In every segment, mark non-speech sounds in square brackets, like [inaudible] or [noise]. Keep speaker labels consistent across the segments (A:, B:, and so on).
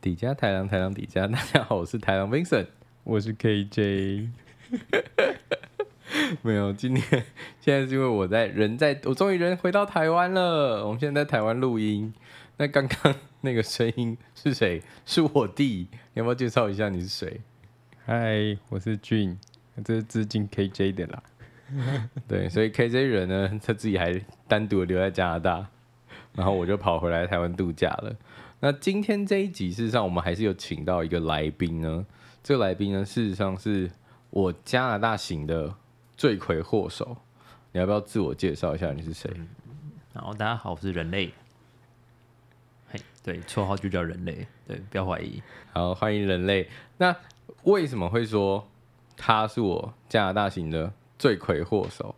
A: 底加台郎，台郎底加，大家好，我是台郎 Vincent。
B: 我是 KJ，
A: 没有，今天现在是因为我在人在，我终于人回到台湾了。我们现在在台湾录音。那刚刚那个声音是谁？是我弟。你要不要介绍一下你是谁？
B: 嗨，我是俊，这是致敬 KJ 的啦。
A: 对，所以 KJ 人呢， [laughs] 他自己还单独地留在加拿大，然后我就跑回来台湾度假了。那今天这一集，事实上我们还是有请到一个来宾呢。这个来宾呢，事实上是我加拿大型的罪魁祸首。你要不要自我介绍一下你是谁？
C: 然后大家好，我是人类。嘿，对，绰号就叫人类，对，不要怀疑。
A: 好，欢迎人类。那为什么会说他是我加拿大型的罪魁祸首？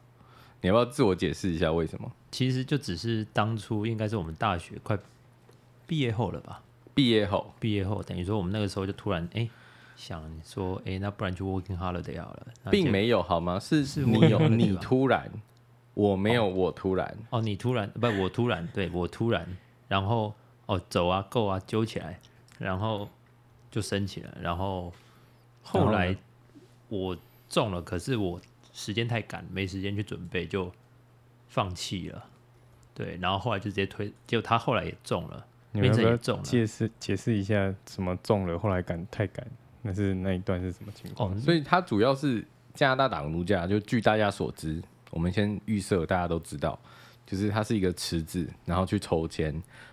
A: 你要不要自我解释一下为什么？
C: 其实就只是当初应该是我们大学快毕业后了吧？
A: 毕业后，
C: 毕业后等于说我们那个时候就突然哎、想说哎、那不然去 working holiday 好了，那
A: 并
C: 结
A: 没有好吗？是
C: 是
A: 你
C: 我
A: 有
C: 有的
A: 你
C: 地方
A: 突然，我没有我突然，
C: 哦，你突然不，我突然对我突然，然后哦走啊够啊揪起来，然后就升起来，然后
A: 然
C: 后
A: 后
C: 来
A: 呢
C: 我中了，可是我时间太赶，没时间去准备，就放弃了。对，然后后来就直接推，结果他后来也中了，
B: 你们要
C: Vincent
B: 不
C: 也
B: 要
C: 中了
B: 解释解释一下什么中了，后来赶太赶，那是那一段是什么情况？
C: 哦，
A: 所以他主要是加拿大打工度假。就据大家所知，我们先预设大家都知道，就是它是一个池子，然后去抽签，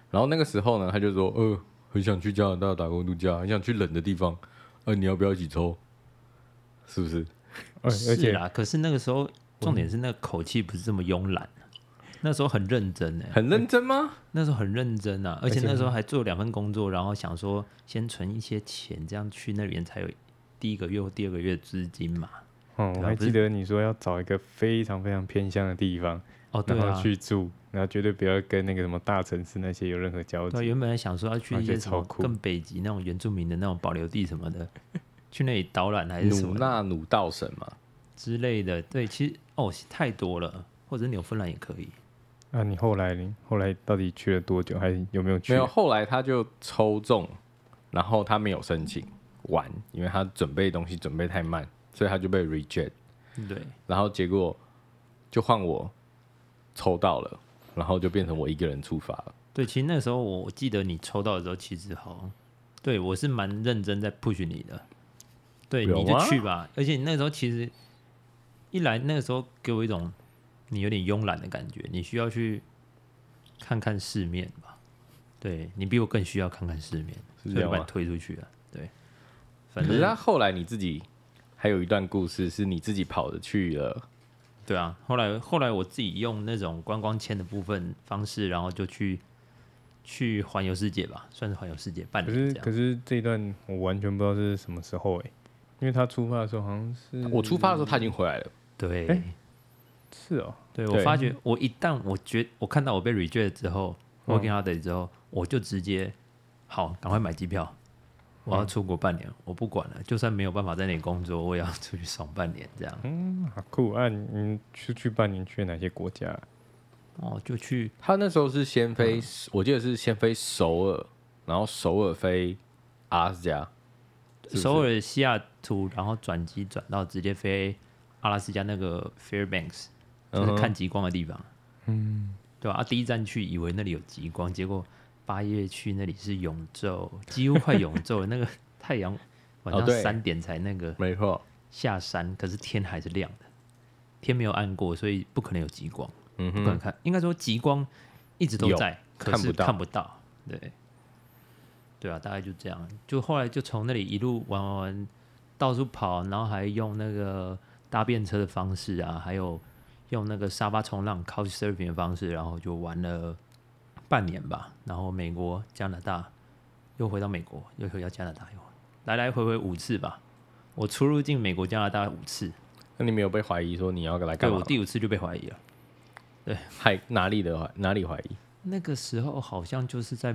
A: 然后那个时候呢，他就说，呃，很想去加拿大打工度假，很想去冷的地方，呃，你要不要一起抽？是不是？
B: 而哦哎而
C: 哦是啊
B: 且
C: 啦，可是那个时候重点是那个口气不是这么慵懒，那时候很认真欸呢、
A: 很认真吗？
C: 那时候很认真啊，而且
B: 而且
C: 那时候还做两份工作，然后想说先存一些钱，这样去那边才有第一个月或第二个月资金嘛。
B: 哦，我
C: 对啊
B: 还
C: 不
B: 记
C: 是
B: 得你说要找一个非常非常偏乡的地方，
C: 哦，对
B: 然
C: 啊
B: 后，去住，然后绝对不要跟那个什么大城市那些有任何交
C: 对啊，
B: 集。
C: 原本还想说要去
B: 啊
C: 一
B: 觉
C: 些
B: 得
C: 什么
B: 超酷
C: 更北极那种原住民的那种保留地什么的， [laughs] 去那里导览还是什
A: 努
C: 么
A: 纳努道神嘛，
C: 之类的。对，其实哦太多了，或者纽芬兰也可以。
B: 啊，你后来呢？后来到底去了多久？还有没有去？
A: 没有，后来他就抽中，然后他没有申请玩，因为他准备东西准备太慢，所以他就被 reject。
C: 对，
A: 然后结果就换我抽到了，然后就变成我一个人出发了。
C: 对，其实那时候我我记得你抽到的时候，其实好像，对我是蛮认真在 push 你的，对，
A: 有
C: 你就
A: 吗
C: 去吧。而且你那时候其实一来那个时候给我一种你有点慵懒的感觉，你需要去看看世面吧。对你比我更需要看看世面，
A: 是
C: 所
A: 这
C: 以
A: 样
C: 我把你
A: 吗
C: 推出去了。对，
A: 可
C: 反
A: 是啊他
C: 正
A: 后来你自己还有一段故事，是你自己跑着去了。
C: 对啊，后来后来我自己用那种观光签的部分方式，然后就去去环游世界吧，算是环游世界半
B: 可
C: 年
B: 是
C: 这样
B: 可。是这一段我完全不知道是什么时候哎、因为他出发的时候好像是
A: 我出发的时候他已经回来了，
C: 对。
A: 哎
B: 诶是哦，
C: 对我
A: 对
C: 发觉，我一旦我觉我看到我被 reject 之后
B: 嗯
C: ，working holiday 之后，我就直接好赶快买机票，我要出国半年，我不管了，就算没有办法在那里工作，我也要出去爽半年这样。
B: 好酷啊！你出去半年去了哪些国家啊、
C: 哦，就去
A: 他那时候是先飞，
C: 嗯
A: 我记得是先飞首尔，然后首尔飞阿斯加，是不是
C: 首尔、西雅图，然后转机转到直接飞阿拉斯加那个 Fairbanks，就
A: 嗯哼
C: 是看极光的地方。嗯，对啊啊，第一站去以为那里有极光，结果八月去那里是永昼，几乎快永昼了。那个太阳晚
A: 哦
C: 上
A: 对
C: 三点才那个
A: 没错。
C: 下山，可是天还是亮的，天没有暗过，所以不可能有极光，
A: 嗯
C: 不可能
A: 哼，
C: 看。应该说极光一直都
A: 有
C: 在，可
A: 看
C: 是
A: 不到
C: 看不到。对，对啊，大概就这样。就后来就从那里一路玩玩玩，到处跑，然后还用那个搭便车的方式啊，还有用那个沙发冲浪 couch surfing 的方式，然后就玩了半年吧。然后美国、加拿大，又回到美国，又回到加拿大，又来来回回五次吧。我出入境美国、加拿大五次，
A: 那你没有被怀疑说你要来
C: 对
A: 干嘛
C: 我
A: 吗？
C: 第五次就被怀疑了。
A: 还哪里的怀哪里怀疑？
C: 那个时候好像就是在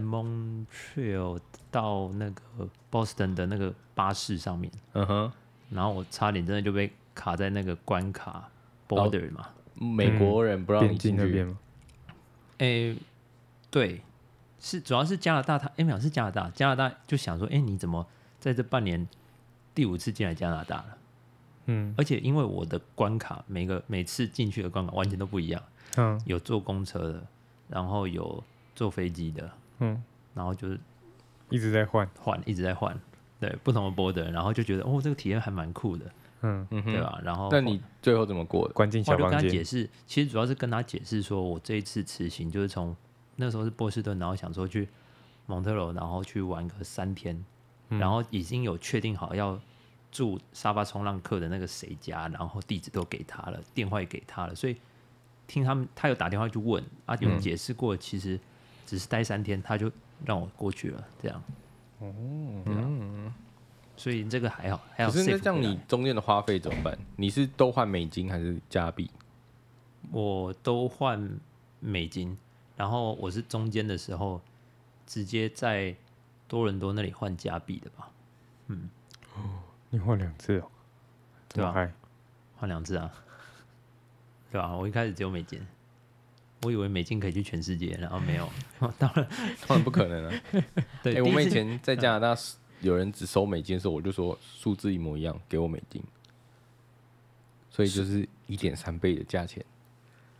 C: Montreal 到那个 Boston 的那个巴士上面，
A: 嗯哼，
C: 然后我差点真的就被卡在那个关卡 border 嘛。
A: 美国人不让
B: 嗯边
A: 你
B: 境
A: 进
B: 那边
A: 去，
B: 吗？
C: 诶、对，是主要是加拿大他，哎，没有是加拿大，加拿大就想说，哎，你怎么在这半年第五次进来加拿大了？
B: 嗯
C: 而且因为我的关卡，每个每次进去的关卡完全都不一样，
B: 嗯
C: 有坐公车的，然后有坐飞机的，
B: 嗯，
C: 然后就是
B: 一直在换，
C: 换一直在换，对不同的 border，然后就觉得哦，这个体验还蛮酷的，
B: 嗯，
A: 嗯哼
C: 对？吧？然后
A: 那你最后怎么过的？
B: 关进
C: 我
B: 小
C: 就跟
B: 房
C: 他
B: 间
C: 解，释，其实主要是跟他解释说，我这一次辞行就是从那时候是波士顿，然后想说去蒙特罗，然后去玩个三天，
B: 嗯
C: 然后已经有确定好要住沙发冲浪客的那个谁家，然后地址都给他了，电话也给他了，所以听他们他有打电话去问啊，
A: 嗯
C: 有解释过，其实只是待三天，他就让我过去了，这样，啊
A: 嗯，
C: 所以这个还好，还
A: 可
C: 好。
A: 是那这样你中间的花费怎么办？你是都换美金还是加币？ [laughs]
C: 我都换美金，然后我是中间的时候直接在多伦多那里换加币的吧，
B: 你换两次哦，这
C: 对啊
B: 么
C: 吧、
B: 嗨，
C: 换两次啊， [laughs] 对吧、我一开始只有美金，我以为美金可以去全世界，然后没有， [laughs] 哦当然
A: 当然不可能啊！
C: [laughs]
A: 哎，
C: 对，第
A: 我
C: 一
A: 们以
C: 次嗯
A: 前在加拿大有人只收美金的时候，我就说数字一模一样，给我美金，所以就是一点三倍的价钱。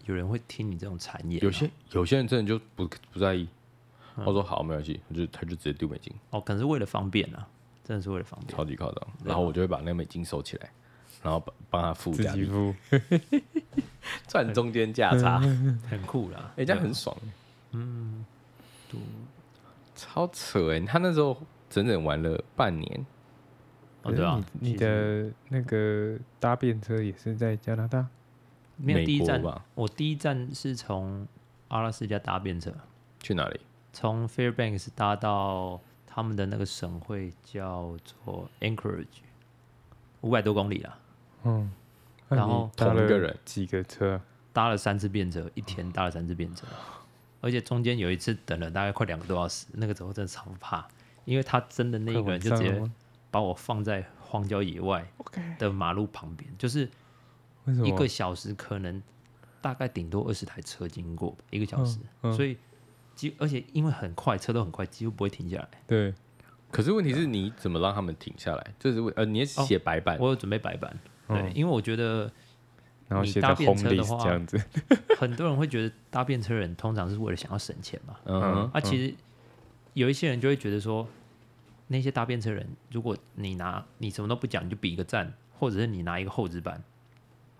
C: 有人会听你这种谗言啊、
A: 有些有些人真的就不不在意。
C: 嗯
A: 我说好，没关系，他就他就直接丢美金，
C: 哦，可能是为了方便啊，真的是为了方便，
A: 超级夸
C: 啊
A: 张。然后我就会把那个美金收起来，然后帮帮他付
B: 自
A: 加
B: 己
A: 币，
B: 付，
A: 赚中间价
C: 嗯
A: 差。
C: 很酷啦。
A: 哎、这样很爽。嗯，
C: 嗯
A: 超扯哎、他那时候整整玩了半年，
C: 哦，对啊
B: 可是，你你
C: 其实
B: 的那个搭便车也是在加拿大，
C: 没有
A: 美
C: 第一
A: 国
C: 站
A: 吧，
C: 我第一站是从阿拉斯加搭便车。
A: 去哪里？
C: 从 Fairbanks 搭到他们的那个省会叫做 Anchorage，五百多公里啦，
B: 嗯，那
C: 然
B: 你
C: 后
B: 搭
A: 同一
B: 了
A: 个人
B: 几个车，
C: 搭了三次便车，一
B: 哦
C: 天搭了三次便车，而且中间有一次等了大概快两个多小时，那个时候真的超怕，因为他真的那一个人就直
B: 哦
C: 接把我放在荒郊野外
B: OK，
C: 的马路旁边，就是
B: 为什么
C: 一个小时可能大概顶多二十台车经过吧，一个小时，
B: 嗯嗯
C: 所以几而且因为很快，车都很快，几乎不会停下来。
B: 对
A: 可是问题是你怎么让他们停下来？这是问呃，你也写白
B: 哎
A: 板，
C: 啊哦我有准备白板，对，
B: 嗯
C: 因为我觉得。
B: 然后
C: 你
B: 写
C: 搭
B: 在
C: 便
B: home
C: 车的话
B: list 这样子，
C: [laughs] 很多人会觉得搭便车人通常是为了想要省钱嘛，
A: 嗯哼，
C: 啊，其实有一些人就会觉得说，那些搭便车人，如果你拿你什么都不讲，你就比一个赞，或者是你拿一个厚纸板，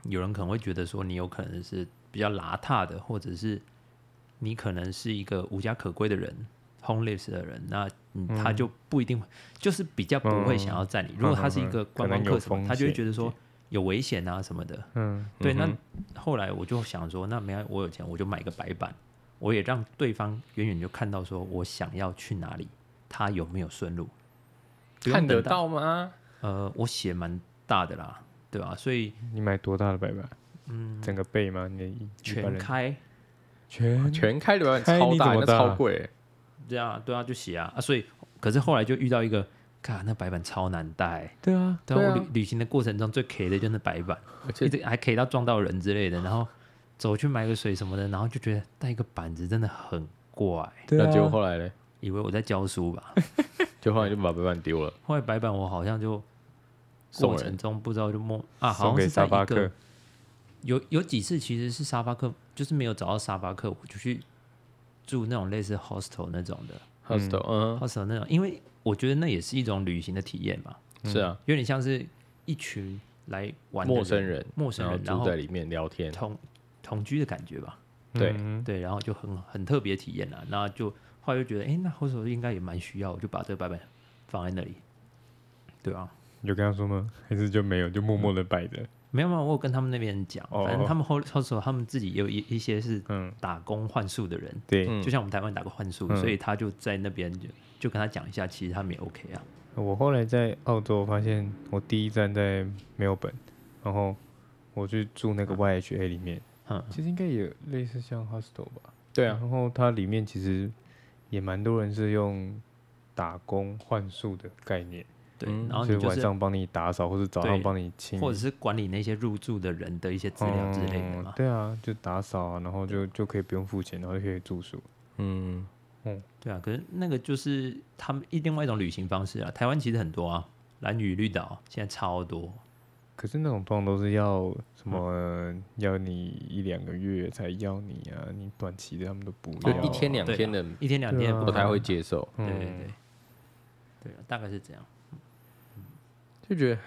C: 有人可能会觉得说你有可能是比较邋遢的，或者是你可能是一个无家可归的人。homeless 的人，那嗯他就不一定会， [laughs] 就是比较不会想要赞你。如果他是一个观光
B: 可能
C: 客
B: 有
C: 什么，
B: 风
C: 他就
B: 险
C: 会觉得说有危险啊什么的。
B: 嗯
C: 对，那
A: 嗯
C: 后来我就想说，那没有我有钱，我就买个白板，我也让对方远远就看到说我想要去哪里，他有没有顺路，不用
A: 看得
C: 等到。
A: 到吗？
C: 呃，我写蛮大的啦，对吧、所以
B: 你买多大的白板？嗯，整个背吗？你的一一般
C: 全
B: 人
C: 开，嗯
B: 全
A: 全开的白板
B: 开
A: 超
B: 你
A: 大，
B: 怎么
A: 那
B: 搭
A: 超贵、欸。
C: 对啊，对啊，就写啊啊。所以，可是后来就遇到一个，看那白板超难带。
B: 对啊，
C: 对啊，
A: 对啊
C: 我旅旅行的过程中最 K 的就是白板，
A: 而
C: 一
A: 且
C: 直还 K 到撞到人之类的，然后走去买个水什么的，然后就觉得带一个板子真的很怪，
B: 对
A: 那
B: 啊，
A: 结果后来嘞，
C: 以为我在教书吧。
A: 就后来就把白板丢了，
C: 后来白板我好像就
A: 送
C: 过
A: 人
C: 程中不知道就默啊，好
B: 送
C: 像
B: 给
C: 是在
B: 沙
C: 一
B: 巴
C: 个
B: 克，
C: 有有几次其实是沙巴克，就是没有找到沙巴克，我就去住那种类似 hostel 那种的、
A: hostel，嗯
C: hostel 那种，因为我觉得那也是一种旅行的体验嘛，
A: 哼，是啊，
C: 有点像是一群来嗯玩的
A: 陌生人，
C: 陌生人，
A: 然
C: 然
A: 后
C: 后
A: 住在里面聊天，
C: 同同居的感觉吧，
A: 对
B: 嗯
C: 对，然后就很很特别的体验啦，啊那就后来就觉得，哎、那 hostel 应该也蛮需要，我就把这个白板放在那里，对啊。
B: 有跟他说吗？还是就没有，就默默的摆着？
C: 没有没有，我有跟他们那边人讲，
B: 哦
C: 反正他们后后手他们自己也有一一些是
B: 嗯，
C: 打工换宿的人，
B: 对，
A: 嗯
C: 就像我们台湾打工换宿，
B: 嗯
C: 所以他就在那边就就跟他讲一下，其实他们也 OK 啊。
B: 我后来在澳洲发现，我第一站在墨尔本，然后我去住那个
C: 啊
B: YHA 里面，
C: 嗯
B: 其实应该也类似像 hostel 吧。
A: 对啊，
B: 然后它里面其实也蛮多人是用打工换宿的概念，
C: 对，
A: 嗯
C: 然后
B: 所
C: 哦你
B: 以
C: 就
B: 晚
C: 是
B: 上帮你打扫，或者早
C: 对
B: 上帮你清，
C: 或者是管理那些入住的人的一些资料之类的
B: 嗯
C: 嘛。
B: 对啊，就打扫啊，然后就就可以不用付钱，然后就可以住宿。
A: 嗯，
B: 嗯，
C: 对啊，可是那个就是他们一另外一种旅行方式啊。台湾其实很多啊，蓝屿绿岛现在超多，
B: 可是那种通常都是要什么、要你一两个月才要你啊，你短期的他们都不
A: 就
B: 要、啊，
A: 一天两
C: 对啊
A: 天的
C: 一天两
B: 对
C: 天
B: 啊
A: 不太会接受，
C: 对对
B: 嗯
C: 对，对啊，大概是这样。
A: 就觉得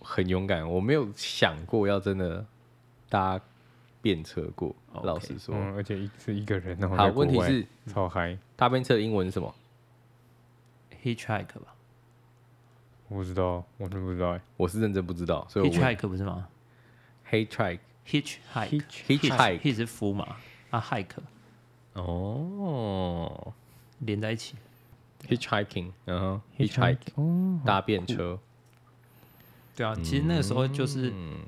A: 很勇敢。我没有想过要真的搭便车过，
C: OK
A: 老实说。
B: 嗯，而且一是一个人，然后
A: 好，
B: 在国
A: 问题
B: 外
A: 是
B: 超嗨，
A: 搭便车的英文是什么？
C: Hitchhike 吧
B: 我不知道，我真不知道哎、
A: 我是认真不知道，所以我问。
C: ，Hitchhike 不是吗
A: Hey try Hitchhike
C: ？Hitchhike，Hitchhike 是夫嘛，啊 hike
A: 哦
C: 连在一起。
A: ，hitchhiking，然后 hitchhike
B: 哦，
A: 搭便车，
C: 对啊，其实那个时候就是
A: 嗯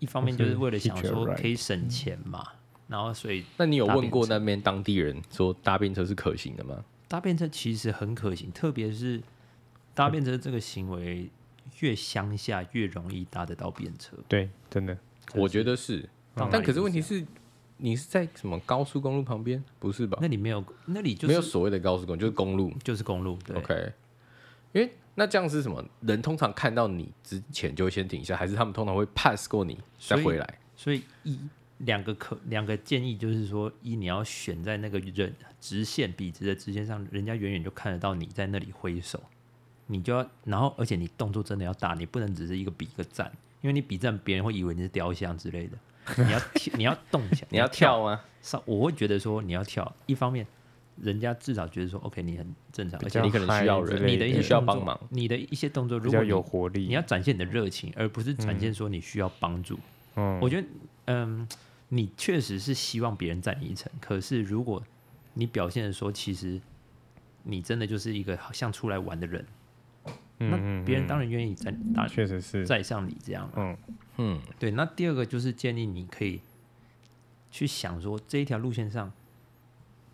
C: 一方面就是为了想说
B: Hitchhike
C: 可以省钱嘛，然后所以
A: 那你有
C: 搭便
A: 问过
C: 车
A: 那边当地人说搭便车是可行的吗？
C: 搭便车其实很可行，特别是搭便车这个行为，越乡下越容易搭得到便车。
B: 对，真的，
A: 我觉得是，
C: 到哪里
A: 但可是
C: 都
A: 问题
C: 这样，
A: 是，你是在什么高速公路旁边？不是吧？
C: 那里没有，那里就
A: 没有
C: 是
A: 所谓的高速公路，就是公路。
C: 就是公路，对
A: OK，因为那这样是什么？人通常看到你之前就会先停下，还是他们通常会 pass 过你再
C: 所以
A: 回来？
C: 所以一两个可两个建议就是说，一你要选在那个人直线笔直的直线上，人家远远就看得到你在那里挥手，你就要，然后而且你动作真的要大，你不能只是一个比一个赞，因为你比赞别人会以为你是雕像之
B: [laughs]
C: 类的。你要跳你要动一下，
A: 你要跳啊吗？
C: 上，我会觉得说你要跳，一方面人家至少觉得说 OK 你很正常，而
B: 比
C: 且
B: 较
A: 你可能需要人
B: 嗨之类
C: 你的一些
A: 你需要
C: 动作
A: 帮忙，
C: 你的一些动作，
B: 比
C: 如
B: 较
C: 果
B: 有嗯
C: 你
B: 活力，
C: 你要展现你的热情，而不是展现说你需要帮助。
B: 嗯，
C: 我觉得，嗯，你确实是希望别人赞你一层，可是如果你表现的说，其实你真的就是一个好像出来玩的人，那别人当然愿意赞打
B: 嗯确实是，
C: 载上你这样。
B: 嗯，
A: 嗯，
C: 对，那第二个就是建议你可以去想说这一条路线上，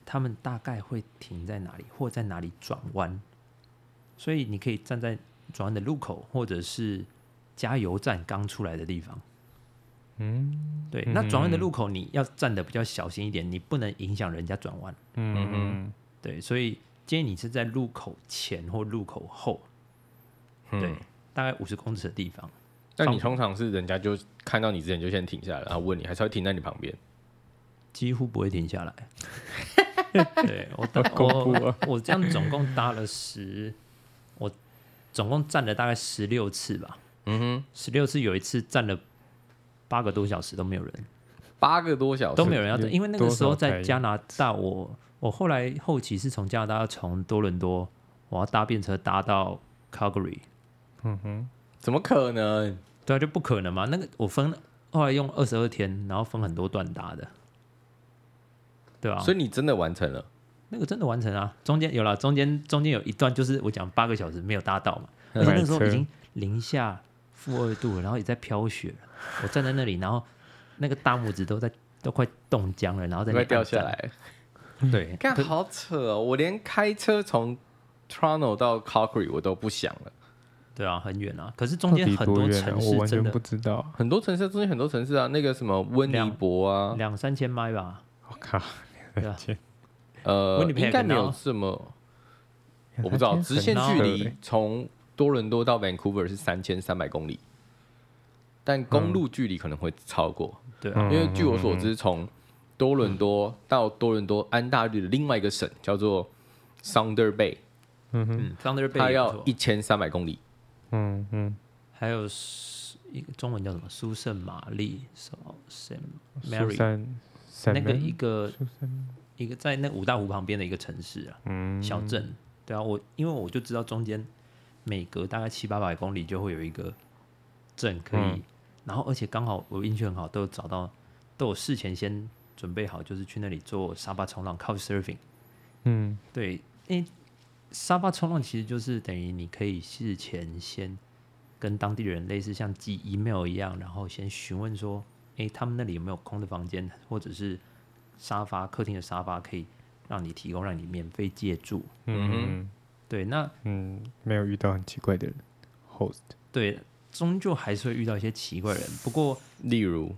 C: 他们大概会停在哪里，或在哪里转弯。所以你可以站在转弯的路口，或者是加油站刚出来的地方。嗯，对。那转弯的路口你要站的比较小心一点，你不能影响人家转弯。
B: 嗯嗯，
C: 对，所以建议你是在路口前或路口后，
A: 嗯
C: 对，大概五十公尺的地方。
A: 那你通常是人家就看到你之前就先停下来，然后问你，还是会停在你旁边？
C: 几乎不会停下来。
B: [laughs]
C: 对我搭
B: 啊
C: 我我这样总共搭了十，我总共站了大概十六次吧，
A: 嗯
C: 十六次有一次站了八个多小时都没有人，
A: 哼，八个多小时
C: 都没有人要等，
B: 有
C: 因为那个时候
B: 哦多少台
C: 在加拿大，我我后来后期是从加拿大从多伦多，我要搭便车搭到 Calgary，
A: 怎么可能？
C: 对啊，就不可能嘛，那个我分后来用二十二天，然后分很多段搭的，对啊吧、
A: 所以你真的完成了，
C: 那个真的完成啊，中间有了，中间中间有一段就是我讲八个小时没有搭到嘛，
B: 嗯
C: 而且那个时候
B: 买车
C: 已经零下负二度了，然后也在飘雪了，我站在那里，然后那个大拇指都在都快冻僵了，然后在那
A: 快
C: 里
A: 掉
C: 按
A: 下
C: 赞，
A: 来。
C: 对，
A: 干好扯哦！我连开车从 Toronto 到 Calgary 我都不想了。
C: 对啊，很远啊，可是中
B: 到
C: 间
B: 底
C: 很
B: 多远啊
C: 城
B: 我
C: 市
B: 完
C: 真
B: 全
C: 的
B: 不知道，
A: 很多城市中间很多城市啊，那个什么温尼伯啊，
C: 两三千迈吧，
B: 我靠，
C: 对啊，
A: 呃，
C: 温尼佩克
A: 应该没有
C: 然后
A: 这么， [laughs] 我不知
B: [laughs]
A: 道。直线
B: 欸
A: 距离从多伦多到 Vancouver 是三千三百公里，但公路距离可能会超过，
C: 对啊，
B: 嗯，
A: 因为据我所知，从多伦多到多伦多安大略的另外一个省叫做 Sounder Bay，
C: 嗯，Thunder Bay
A: 它
C: 也不
A: 要
C: 错
A: 一千三百公里。
B: 嗯嗯，
C: 还有苏一个中文叫什么？苏圣玛丽，So Saint
B: 苏
C: Mary，
B: 珊，
C: 那个一
B: 个，
C: 个一个在那五大湖旁边的一个城市啊，
B: 嗯，
C: 小镇。对啊，我因为我就知道中间每隔大概七八百公里就会有一个镇可以，
B: 嗯
C: 然后而且刚好我运气很好，都有找到，都有事前先准备好，就是去那里做沙发冲浪 （couch surfing）。
B: 嗯
C: 对，因为沙发冲浪其实就是等于你可以事前先跟当地人类似像寄 email 一样，然后先询问说，诶，他们那里有没有空的房间，或者是沙发客厅的沙发可以让你提供，让你免费借住。
A: 嗯
B: 嗯
A: 哼
C: 对，那
B: 嗯，没有遇到很奇怪的人，host，
C: 对，终究还是会遇到一些奇怪人。不过，
A: 例如，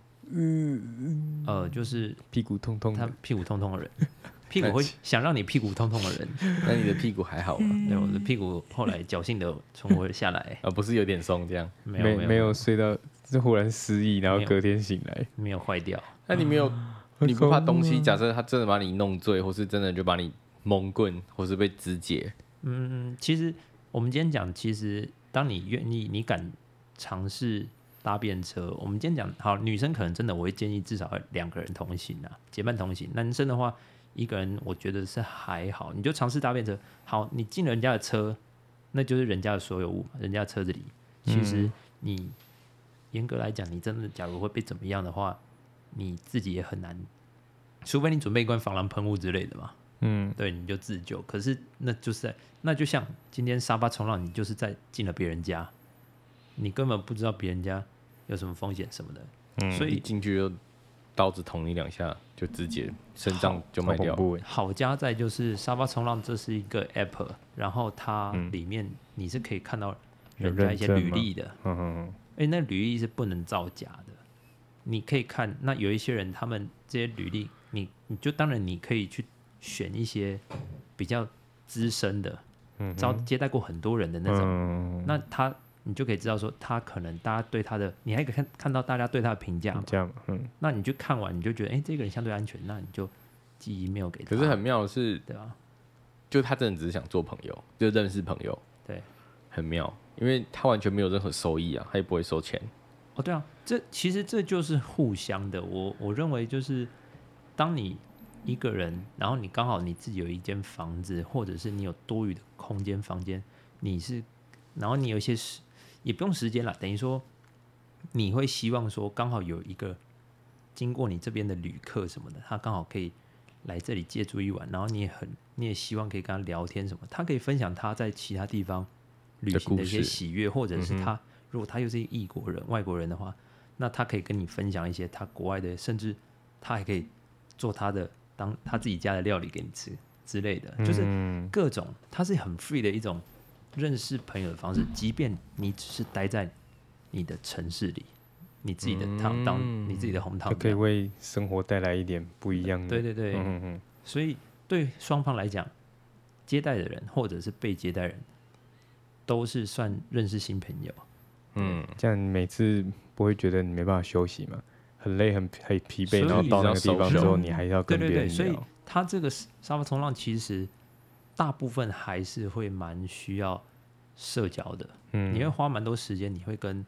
C: 呃，就是
B: 屁股痛痛
C: 他
B: 的，
C: 屁股痛痛的人，
B: [laughs]
C: 屁股会想让你屁股痛痛的人。
A: 那你的屁股还好吗？
C: 对，我的屁股后来侥幸的存活了下来，
A: 啊，不是有点松这样？
C: 没有
B: 没
C: 有
B: 没有睡到，就忽然失忆，然后
C: 没有
B: 隔天醒来，
C: 没有坏掉，
A: 那你没有，
B: 啊
A: 你不怕东西？假设他真的把你弄醉，或是真的就把你蒙棍，或是被肢解，
C: 嗯，其实我们今天讲，其实当你愿意，你敢尝试搭便车，我们今天讲好，女生可能真的我会建议至少要两个人同行啊，结伴同行。男生的话，一个人我觉得是还好，你就尝试搭便车。好，你进了人家的车，那就是人家的所有物嘛，人家的车子里，其实你严格来讲，你真的假如会被怎么样的话，你自己也很难，除非你准备一罐防狼喷雾之类的嘛。
B: 嗯，
C: 对，你就自救。可是那就是在，那就像今天沙发冲浪，你就是在进了别人家，你根本不知道别人家有什么风险什么的。
B: 嗯
C: 所
A: 嗯一
C: 以
A: 进去就刀子捅你两下，就肢解，肾脏就
B: 好
A: 卖
B: 恐
A: 掉。
B: 怖哎，
C: 好家在就是沙发冲浪，这是一个 app，然后它里面你是可以看到
B: 有
C: 人家
B: 嗯认
C: 一些
B: 证
C: 履
B: 吗
C: 历的，
B: 嗯嗯
C: 哎、那履历是不能造假的。你可以看，那有一些人他们这些履历，你你就当然你可以去选一些比较资深的，
A: 嗯
C: 招接待过很多人的那种。
B: 嗯，
C: 那他你就可以知道说他可能大家对他的，你还可以看看到大家对他的评价嘛
B: 嗯，这样，嗯，
C: 那你去看完你就觉得，哎、这个人相对安全，那你就寄 email 给他，
A: 可是很妙的是，
C: 对啊吧？
A: 就他真的只是想做朋友，就认识朋友，
C: 对，
A: 很妙，因为他完全没有任何收益啊，他也不会收钱。
C: 哦，对啊，这其实这就是互相的。我我认为就是，当你一个人，然后你刚好你自己有一间房子，或者是你有多余的空间房间，你是，然后你有一些时也不用时间啦，等于说你会希望说刚好有一个经过你这边的旅客什么的，他刚好可以来这里借住一晚，然后你也很你也希望可以跟他聊天什么，他可以分享他在其他地方旅
A: 的
C: 行的一
A: 故
C: 些
A: 事
C: 喜悦，或者是他、如果他又是异国人、外国人的话，那他可以跟你分享一些他国外的，甚至他还可以做他的当他自己家的料理给你吃之类的，就是
B: 嗯
C: 各种，它是很 free 的一种认识朋友的方式。
B: 嗯
C: 即便你只是待在你的城市里，你自己的 town down，、你自己的红
B: 就
C: town，
B: 嗯可以为生活带来一点不一样的，
C: 对对对，
B: 嗯嗯嗯，
C: 所以对双方来讲，接待的人或者是被接待人，都是算认识新朋友。
A: 嗯，
B: 这样你每次不会觉得你没办法休息嘛？很累，很很疲
C: 所以
B: 惫，然后到那个地方之后，
A: 你
B: 你还要
C: 对
B: 跟
C: 对
B: 别人
C: 对，所以
B: 聊。
C: 他这个沙发冲浪其实大部分还是会蛮需要社交的，你会
B: 嗯，
C: 花蛮多时间，你会跟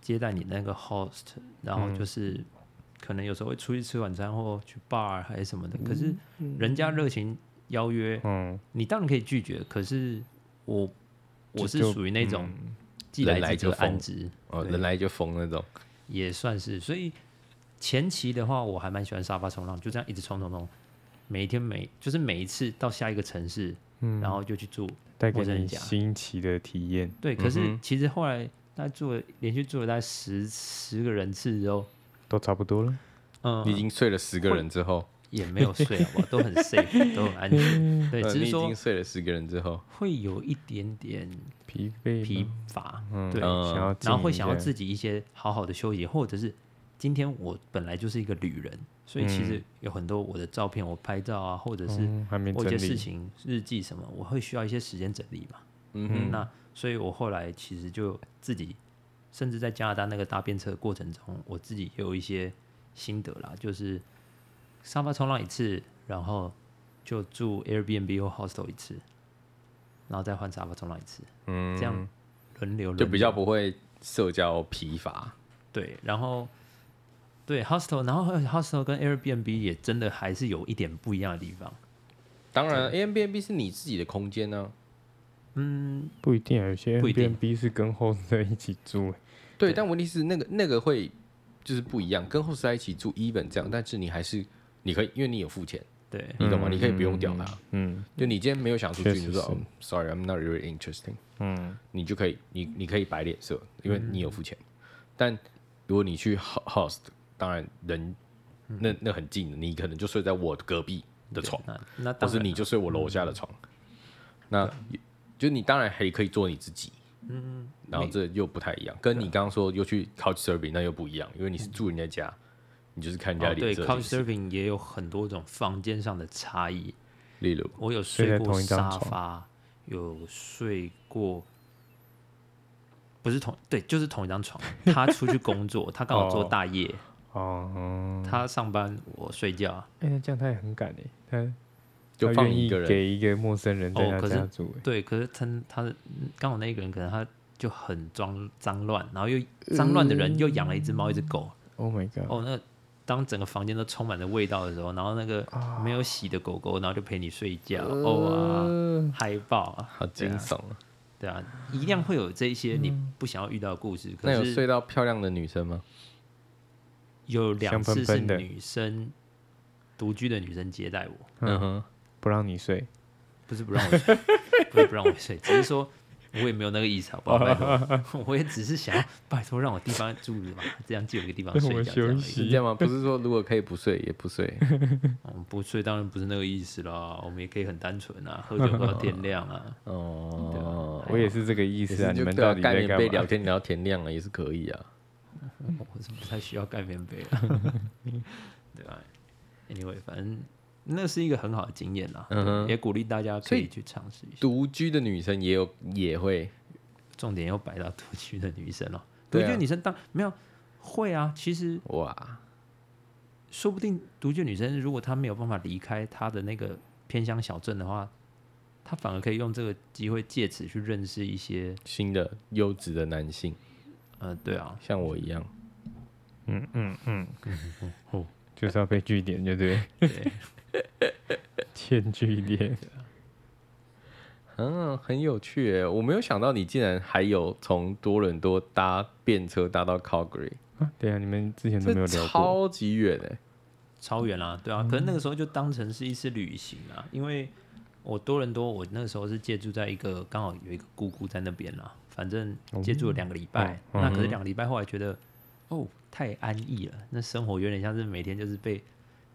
C: 接待你那个 host，然后
B: 嗯
C: 就是可能有时候会出去吃晚餐或去 bar 还是什么的。可是人家热情邀约，
B: 嗯，
C: 你当然可以拒绝。可是我我是
B: 就嗯
C: 属于那种既
A: 人来
C: 来
A: 就
C: 之则安
A: 疯
C: 之，
A: 哦，
C: 对
A: 人来就疯那种。
C: 也算是。所以前期的话，我还蛮喜欢沙发冲浪，就这样一直冲冲冲，每一天每就是每一次到下一个城市，然后就去住。
B: 带给
C: 陌生人
B: 你
C: 家
B: 新奇的体验。
C: 对，可
A: 嗯
C: 是
A: 哼
C: 其实后来大概住了连续住了大概十十个人次之后。
B: 都差不多了。
C: 嗯，
A: 你已经睡了十个人之后，
C: 也没有睡好不好，都很 safe，都很安全。对，
A: 呃
C: 只
A: 你
C: 是
A: 已
C: 说
A: 经睡了十个人之后，
C: 会有一点点
B: 疲惫吗，
C: 疲乏，
B: 嗯，
C: 对
B: 想要
C: 然后
B: 静
C: 会
B: 一
C: 想要
B: 下
C: 自己一些好好的休息，或者是今天我本来就是一个旅人，所以其实有很多我的照片，我拍照啊，或者是
B: 嗯还没
C: 我
B: 整
C: 有一些事
B: 理，
C: 情日记什么，我会需要一些时间整理嘛。
A: 嗯哼，
C: 那所以我后来其实就自己，甚至在加拿大那个搭便车的过程中，我自己也有一些心得啦，就是沙发冲浪一次，然后就住 Airbnb 或 hostel 一次，然后再换沙发冲浪一次，
A: 嗯
C: 这样轮流轮
A: 就
C: 流
A: 比较不会社交疲乏。
C: 对，然后对 hostel，然后 hostel 跟 Airbnb 也真的还是有一点不一样的地方。
A: 当然，A M B N B 是你自己的空间啊呢、
C: 嗯，
B: 不一定啊，有些
C: 不一定
B: Airbnb 是跟 host 一起住，
A: 对，
C: 对
A: 但问题是那个那个会就是不一样，跟后室在一起住 even 这样，但是你还是你可以，因为你有付钱，
C: 对，
A: 你懂吗？你可以不用屌他，
B: 嗯
A: 就你今天没有想出去，
B: 确实
A: 你就说
B: 是
A: 哦，sorry，I'm not really interesting，
B: 嗯，
A: 你就可以你你可以摆脸色，因为你有付钱。但如果你去 ho- host，当然人
B: 嗯
A: 那那很近，你可能就睡在我隔壁的床，
C: 那那
A: 或
C: 当
A: 是
C: 然
A: 你就睡我楼
B: 嗯
A: 下的床。那就你当然还可以做你自己，嗯，
B: 啊嗯
A: 然后这又不太一样，跟你刚刚说又去 couch surfing 那又不一样，因为你是住人家家，你就是看人家
C: 哦，
A: 脸
C: 对
A: 色
C: ，couch
A: 就是
C: surfing 也有很多种房间上的差异。
A: 例如，
C: 我有
B: 睡在
C: 睡过
B: 同一张
C: 沙
B: 床
C: 发，有睡过，不是同对，就是同一张床。他出去工作，他刚好做
B: 哦
C: 大夜，
B: 哦，嗯
C: 他上班，我睡觉。
B: 哎、那这样他也很敢哎，他
A: 就
B: 他
A: 放
B: 愿
A: 一
B: 意
A: 个人，
B: 给一个陌生人在
C: 哦
B: 他
C: 可是
B: 家住哎、
C: 对，可是他他的刚好那个人可能他就很脏脏乱，然后又脏乱的人又养了一只猫一只狗，
B: o h Oh my god，、
C: 哦，那当整个房间都充满了味道的时候，然后那个
B: 啊
C: 没有洗的狗狗，然后就陪你睡觉，
B: 呃
C: 哦啊，嗨爆啊，
A: 好惊悚啊！
C: 对啊，一定会有这些你
B: 嗯
C: 不想要遇到的故事。
A: 那
C: 可
A: 有睡
C: 是
A: 到漂亮的女生吗？
C: 有两次
B: 香
C: 是
B: 喷喷的
C: 女生独居的女生接待我，
A: 嗯
B: 嗯
A: 哼，
B: 不让你睡，
C: 不是不让我睡，不是不让我睡，只是说我也没有那个意思，好不好？拜托， [laughs] 我也只是想要拜托让我地方住嘛，这样就有一个地方
B: 让
C: 睡
B: 我
C: 觉这样而
B: 休
C: 已。
A: 是这样吗？不是说如果可以不睡也不
B: [laughs]
A: 睡，
C: 嗯，不睡当然不是那个意思啦，我们也可以很单纯啊，喝酒喝到天亮啊。
A: 哦，
B: 我也是这个意
A: 也
B: 思啊，
A: 是
B: 你
A: 就
B: 们
A: 对啊
B: 到底
A: 盖
B: 在
A: 棉被
B: 干
A: 聊
B: 嘛？
A: 天聊到天亮了也是可以
B: [laughs]
A: 啊。
C: 我是不太需要盖棉被
A: [laughs]
C: 了，对吧？Anyway，反正那是一个很好的经验啦，
A: 嗯哼
C: 对也鼓励大家可
A: 所以
C: 以去尝试一下。
A: 独居的女生也有也会，
C: 重点要摆到独居的女生哦、独
A: 对
C: 居
A: 啊
C: 的女生当没有会啊，其实
A: 哇，
C: 说不定独居的女生如果她没有办法离开她的那个偏乡小镇的话，她反而可以用这个机会借此去认识一些，
A: 新的优质的男性，
C: 呃，对啊，
A: 像我一样，
B: 嗯嗯嗯，
C: 哦
B: 就是要被据点，对不对？
C: 对，
B: [laughs] 欠据点，
A: 嗯、很有趣耶。我没有想到你竟然还有从多伦多搭便车搭到 Calgary，
B: 啊对啊，你们之前都没有
A: 这
B: 聊过，
A: 超级远哎。
C: 超远啦、对啊，可是那个时候就当成是一次旅行啊，因为我多伦多，我那个时候是借住在一个刚好有一个姑姑在那边啦，反正借住了两个礼拜，
B: 哦
C: 那可是两个礼拜后来觉得，哦，太安逸了，那生活有点像是每天就是被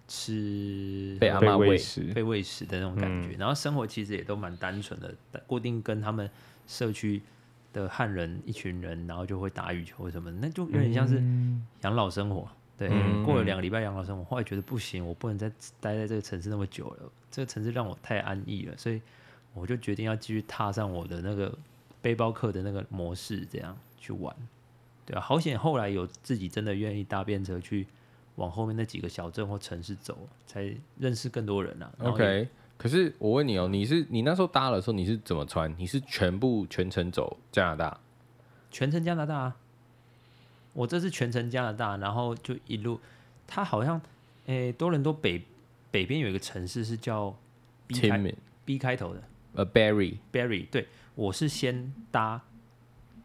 C: 吃
A: 被阿
B: 被
A: 嬷喂
B: 喂食，
C: 被喂食的那种感
A: 嗯
C: 觉，然后生活其实也都蛮单纯的，固定跟他们社区的汉人一群人，然后就会打羽球什么的，那就有点像是养老生活。对，
A: 嗯
C: 过了两个礼拜养老生活，后来觉得不行，我不能再待在这个城市那么久了，这个城市让我太安逸了，所以我就决定要继续踏上我的那个背包客的那个模式，这样去玩。对啊，好险后来有自己真的愿意搭便车去往后面那几个小镇或城市走，才认识更多人啊。然后也
A: OK，可是我问你哦，你是你那时候搭的时候你是怎么穿？你是全部全程走加拿大？
C: 全程加拿大、啊，我这是全程加拿大，然后就一路，它好像，诶、多伦多北北边有一个城市是叫 B 开
A: Timmy
C: B 开头的
A: 呃 Barry，
C: Barry，对我是先搭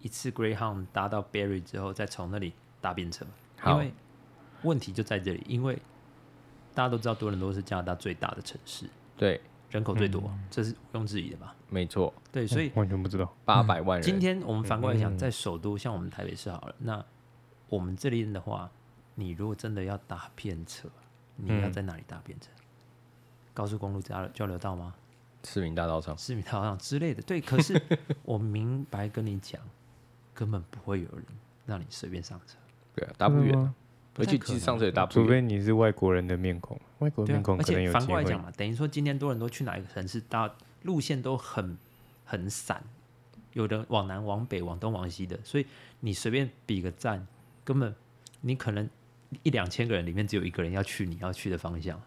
C: 一次 Greyhound 搭到 Barry 之后，再从那里搭便车，因
A: 好
C: 为问题就在这里，因为大家都知道多伦多是加拿大最大的城市，
A: 对，
C: 人口最多，这是毋庸置疑的吧？
A: 没错，
C: 嗯对，所以
B: 哦完全不知道。
A: 八百万人。
C: 嗯今天我们反过来想，在首都像我们台北市好了，那我们这里的话，你如果真的要搭便车，你要在哪里搭便车？高速公路交流交流道吗？
A: 市民大道上，
C: 市民道上之类的？对，可是我明白跟你讲，根本不会有人让你随便上车，
A: 对啊，搭不远
B: 真的
A: 啊
B: 吗，
A: 而
C: 不太
A: 且
C: 可
A: 其实
C: 能
A: 上次也搭不
B: 除
A: 远。
B: 非你是外国人的面孔，外国人
C: 对啊
B: 面孔。
C: 而
B: 可能
C: 且
B: 有
C: 反
B: 机
C: 过来
B: 会。
C: 讲嘛，等于说今天多伦多去哪一个城市搭路线都很很散，有的往南、往北、往东、往西的，所以你随便比个站，根本你可能一两千个人里面只有一个人要去你要去的方向，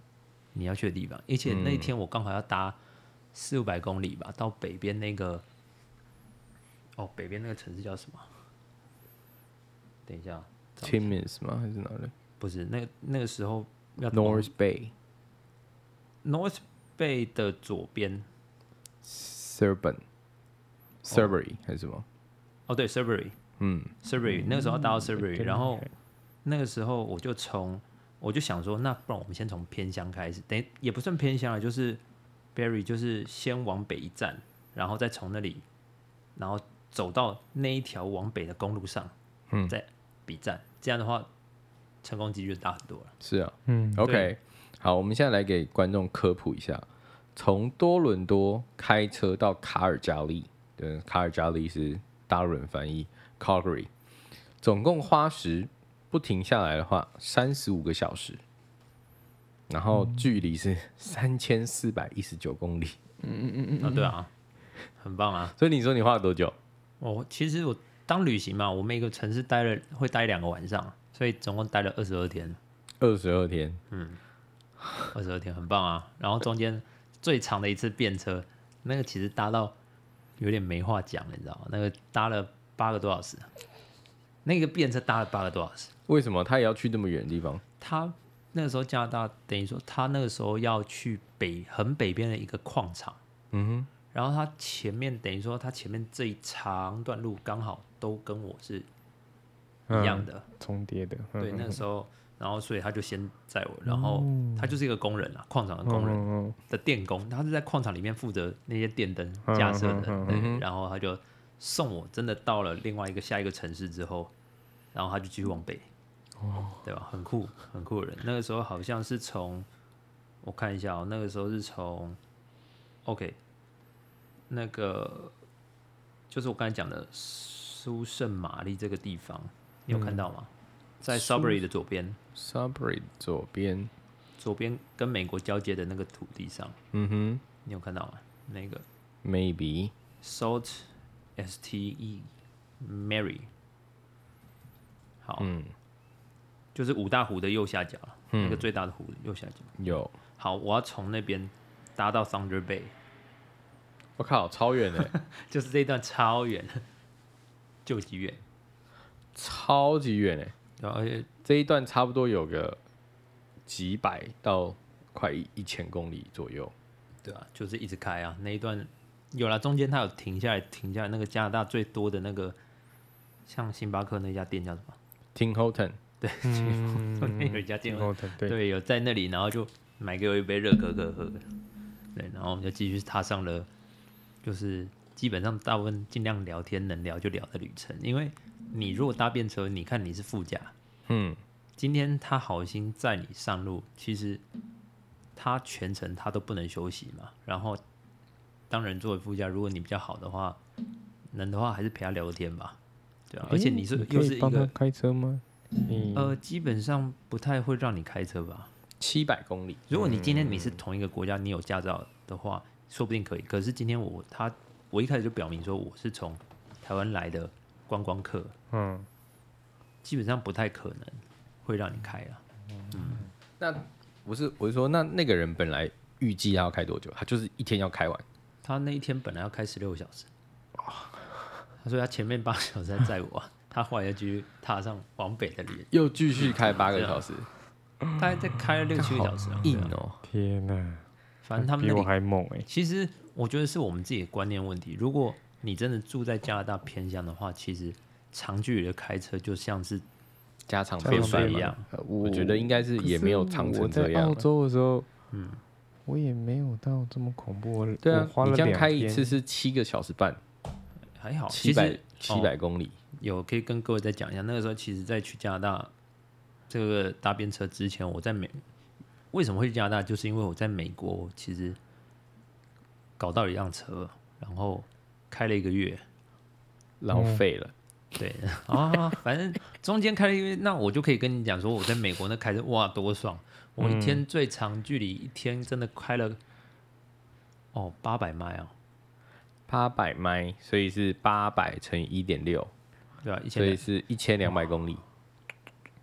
C: 你要去的地方。而且
B: 嗯
C: 那一天我刚好要搭四五百公里吧，到北边那个哦，北边那个城市叫什么？等一下，找一下
A: Timmins 吗？还是哪里
C: 不是那那个时候要往
A: ？North Bay
C: North Bay 的左边，
A: Serban Surrey 还是什么？
C: 哦对，Surrey
A: 嗯，
C: Surrey 那个时候要搭到 Surrey，、
B: 嗯对
C: 然后那个时候我就从我就想说，那不然我们先从偏乡开始，等也不算偏乡啊了，就是 Barry 就是先往北一站，然后再从那里，然后走到那一条往北的公路上，
A: 嗯
C: 再比站，这样的话成功几率就大很多了。
A: 是啊，
B: 嗯，
A: OK，好，我们现在来给观众科普一下，从多伦多开车到卡尔加利，对，卡尔加利是大润翻译，Calgary，总共花时不停下来的话，三十五个小时，然后距离是三千四百一十九公里。嗯
C: 啊，对啊， [laughs] 很棒啊！
A: 所以你说你花了多久？
C: 我其实我当旅行嘛，我每个城市待了会待两个晚上，所以总共待了二十二天，
A: 二十二天，
C: 二十二天很棒啊。然后中间最长的一次便车，那个其实搭到有点没话讲了，你知道吗？那个搭了八个多小时，那个便车搭了八个多小时。
A: 为什么他也要去这么远的地方？
C: 他那个时候加拿大等于说他那个时候要去北很北边的一个矿场，
A: 嗯
C: 然后他前面等于说他前面这一长段路刚好都跟我是一样的，
B: 重叠的，嗯
C: 对，那个时候，然后所以他就先载我，然后他就是一个工人啊，矿场的工人
B: 嗯
C: 的电工，他是在矿场里面负责那些电灯架设的，
B: 嗯嗯嗯
C: 对，然后他就送我，真的到了另外一个下一个城市之后，然后他就继续往北，
B: 哦
C: 对吧？很酷，很酷的人。那个时候好像是从，我看一下哦，那个时候是从，OK，那个就是我刚才讲的苏圣玛丽这个地方，你
B: 嗯
C: 有看到吗？在 Sudbury 的左边，
A: 哼，Subway 左边，
C: 左边跟美国交接的那个土地上，
A: 嗯
C: 你有看到吗？那个
A: 哼，Maybe
C: Salt S T E Mary，好，
A: 嗯
C: 就是五大湖的右下角，
A: 嗯
C: 那个最大的湖的右下角。
A: 有。
C: 好，我要从那边搭到 Thunder Bay，
A: 我靠，超远欸的，
C: 就是这一段超远， [laughs] 救急远，
A: 超级远哎！
C: 然后而且
A: 这一段差不多有个几百到快一一千公里左右。
C: 对啊，就是一直开啊，那一段有了，中间它有停下来，停下来那个加拿大最多的那个，像星巴克那家店叫什么？
A: Tim Horton，
B: 嗯
C: 中 [laughs] 间有一家店
B: 然后对对，
C: 对，有在那里，然后就买给我一杯热可可喝，对，然后我们就继续踏上了，就是基本上大部分尽量聊天能聊就聊的旅程，因为你如果搭便车，你看你是副驾，
A: 嗯，
C: 今天他好心载你上路，其实他全程他都不能休息嘛，然后当然作为副驾，如果你比较好的话，能的话还是陪他聊个天吧，对啊，而且你是
B: 诶可
C: 又
B: 以
C: 是一
B: 帮他
C: 个
B: 开车吗？你
C: 呃，基本上不太会让你开车吧。
A: 七百公里，
C: 如果你今天你是同一个国家，你有驾照的话，说不定可以。可是今天我他我一开始就表明说我是从台湾来的观光客，
B: 嗯，
C: 基本上不太可能会让你开啊。
A: 那不是我是说，那那个人本来预计他要开多久？他就是一天要开完。
C: 他那一天本来要开十六小时，他说他前面八小时在载我啊，他后来又继续踏上往北的旅，
A: 又继续开八个小时，
C: 大概再开了六七个小时、啊，
A: [laughs] 硬
C: 对啊
A: 哦。
B: 天哪，
C: 反正他们
B: 比
C: 那
B: 我
C: 里
B: 还猛哎，
C: 其实我觉得是我们自己的观念问题。如果你真的住在加拿大偏乡的话，其实长距离的开车就像是
A: 家常
C: 变
A: 便
C: 帅
A: 饭
C: 一
A: 嘛
C: 样，
A: 呃我觉得应该是也没有长
B: 我
A: 成
B: 在
A: 这样啊
B: 澳
A: 了。
B: 洲的时候，
C: 嗯
B: 嗯，我也没有到这么恐怖。我
A: 对
B: 我
A: 啊，
B: 花
A: 你
B: 了
A: 这样
B: 两
A: 开一
B: 天
A: 次是七个小时半，
C: 还好。
A: 七
C: 哦其
A: 百
C: 实
A: 七百公里。
C: 有可以跟各位再讲一下，那个时候其实，在去加拿大这个搭便车之前，我在美为什么会去加拿大，就是因为我在美国其实搞到一辆车，然后开了一个月，
A: 浪费了，
C: 对 [laughs] 啊，反正中间开了一个月，那我就可以跟你讲说，我在美国那开车哇多爽！我一
A: 嗯
C: 天最长距离一天真的开了哦八百迈哦，
A: 八百迈，所以是八百乘以一点六，
C: 对吧、啊？一
A: 所以
C: 千
A: 是一千两百公里。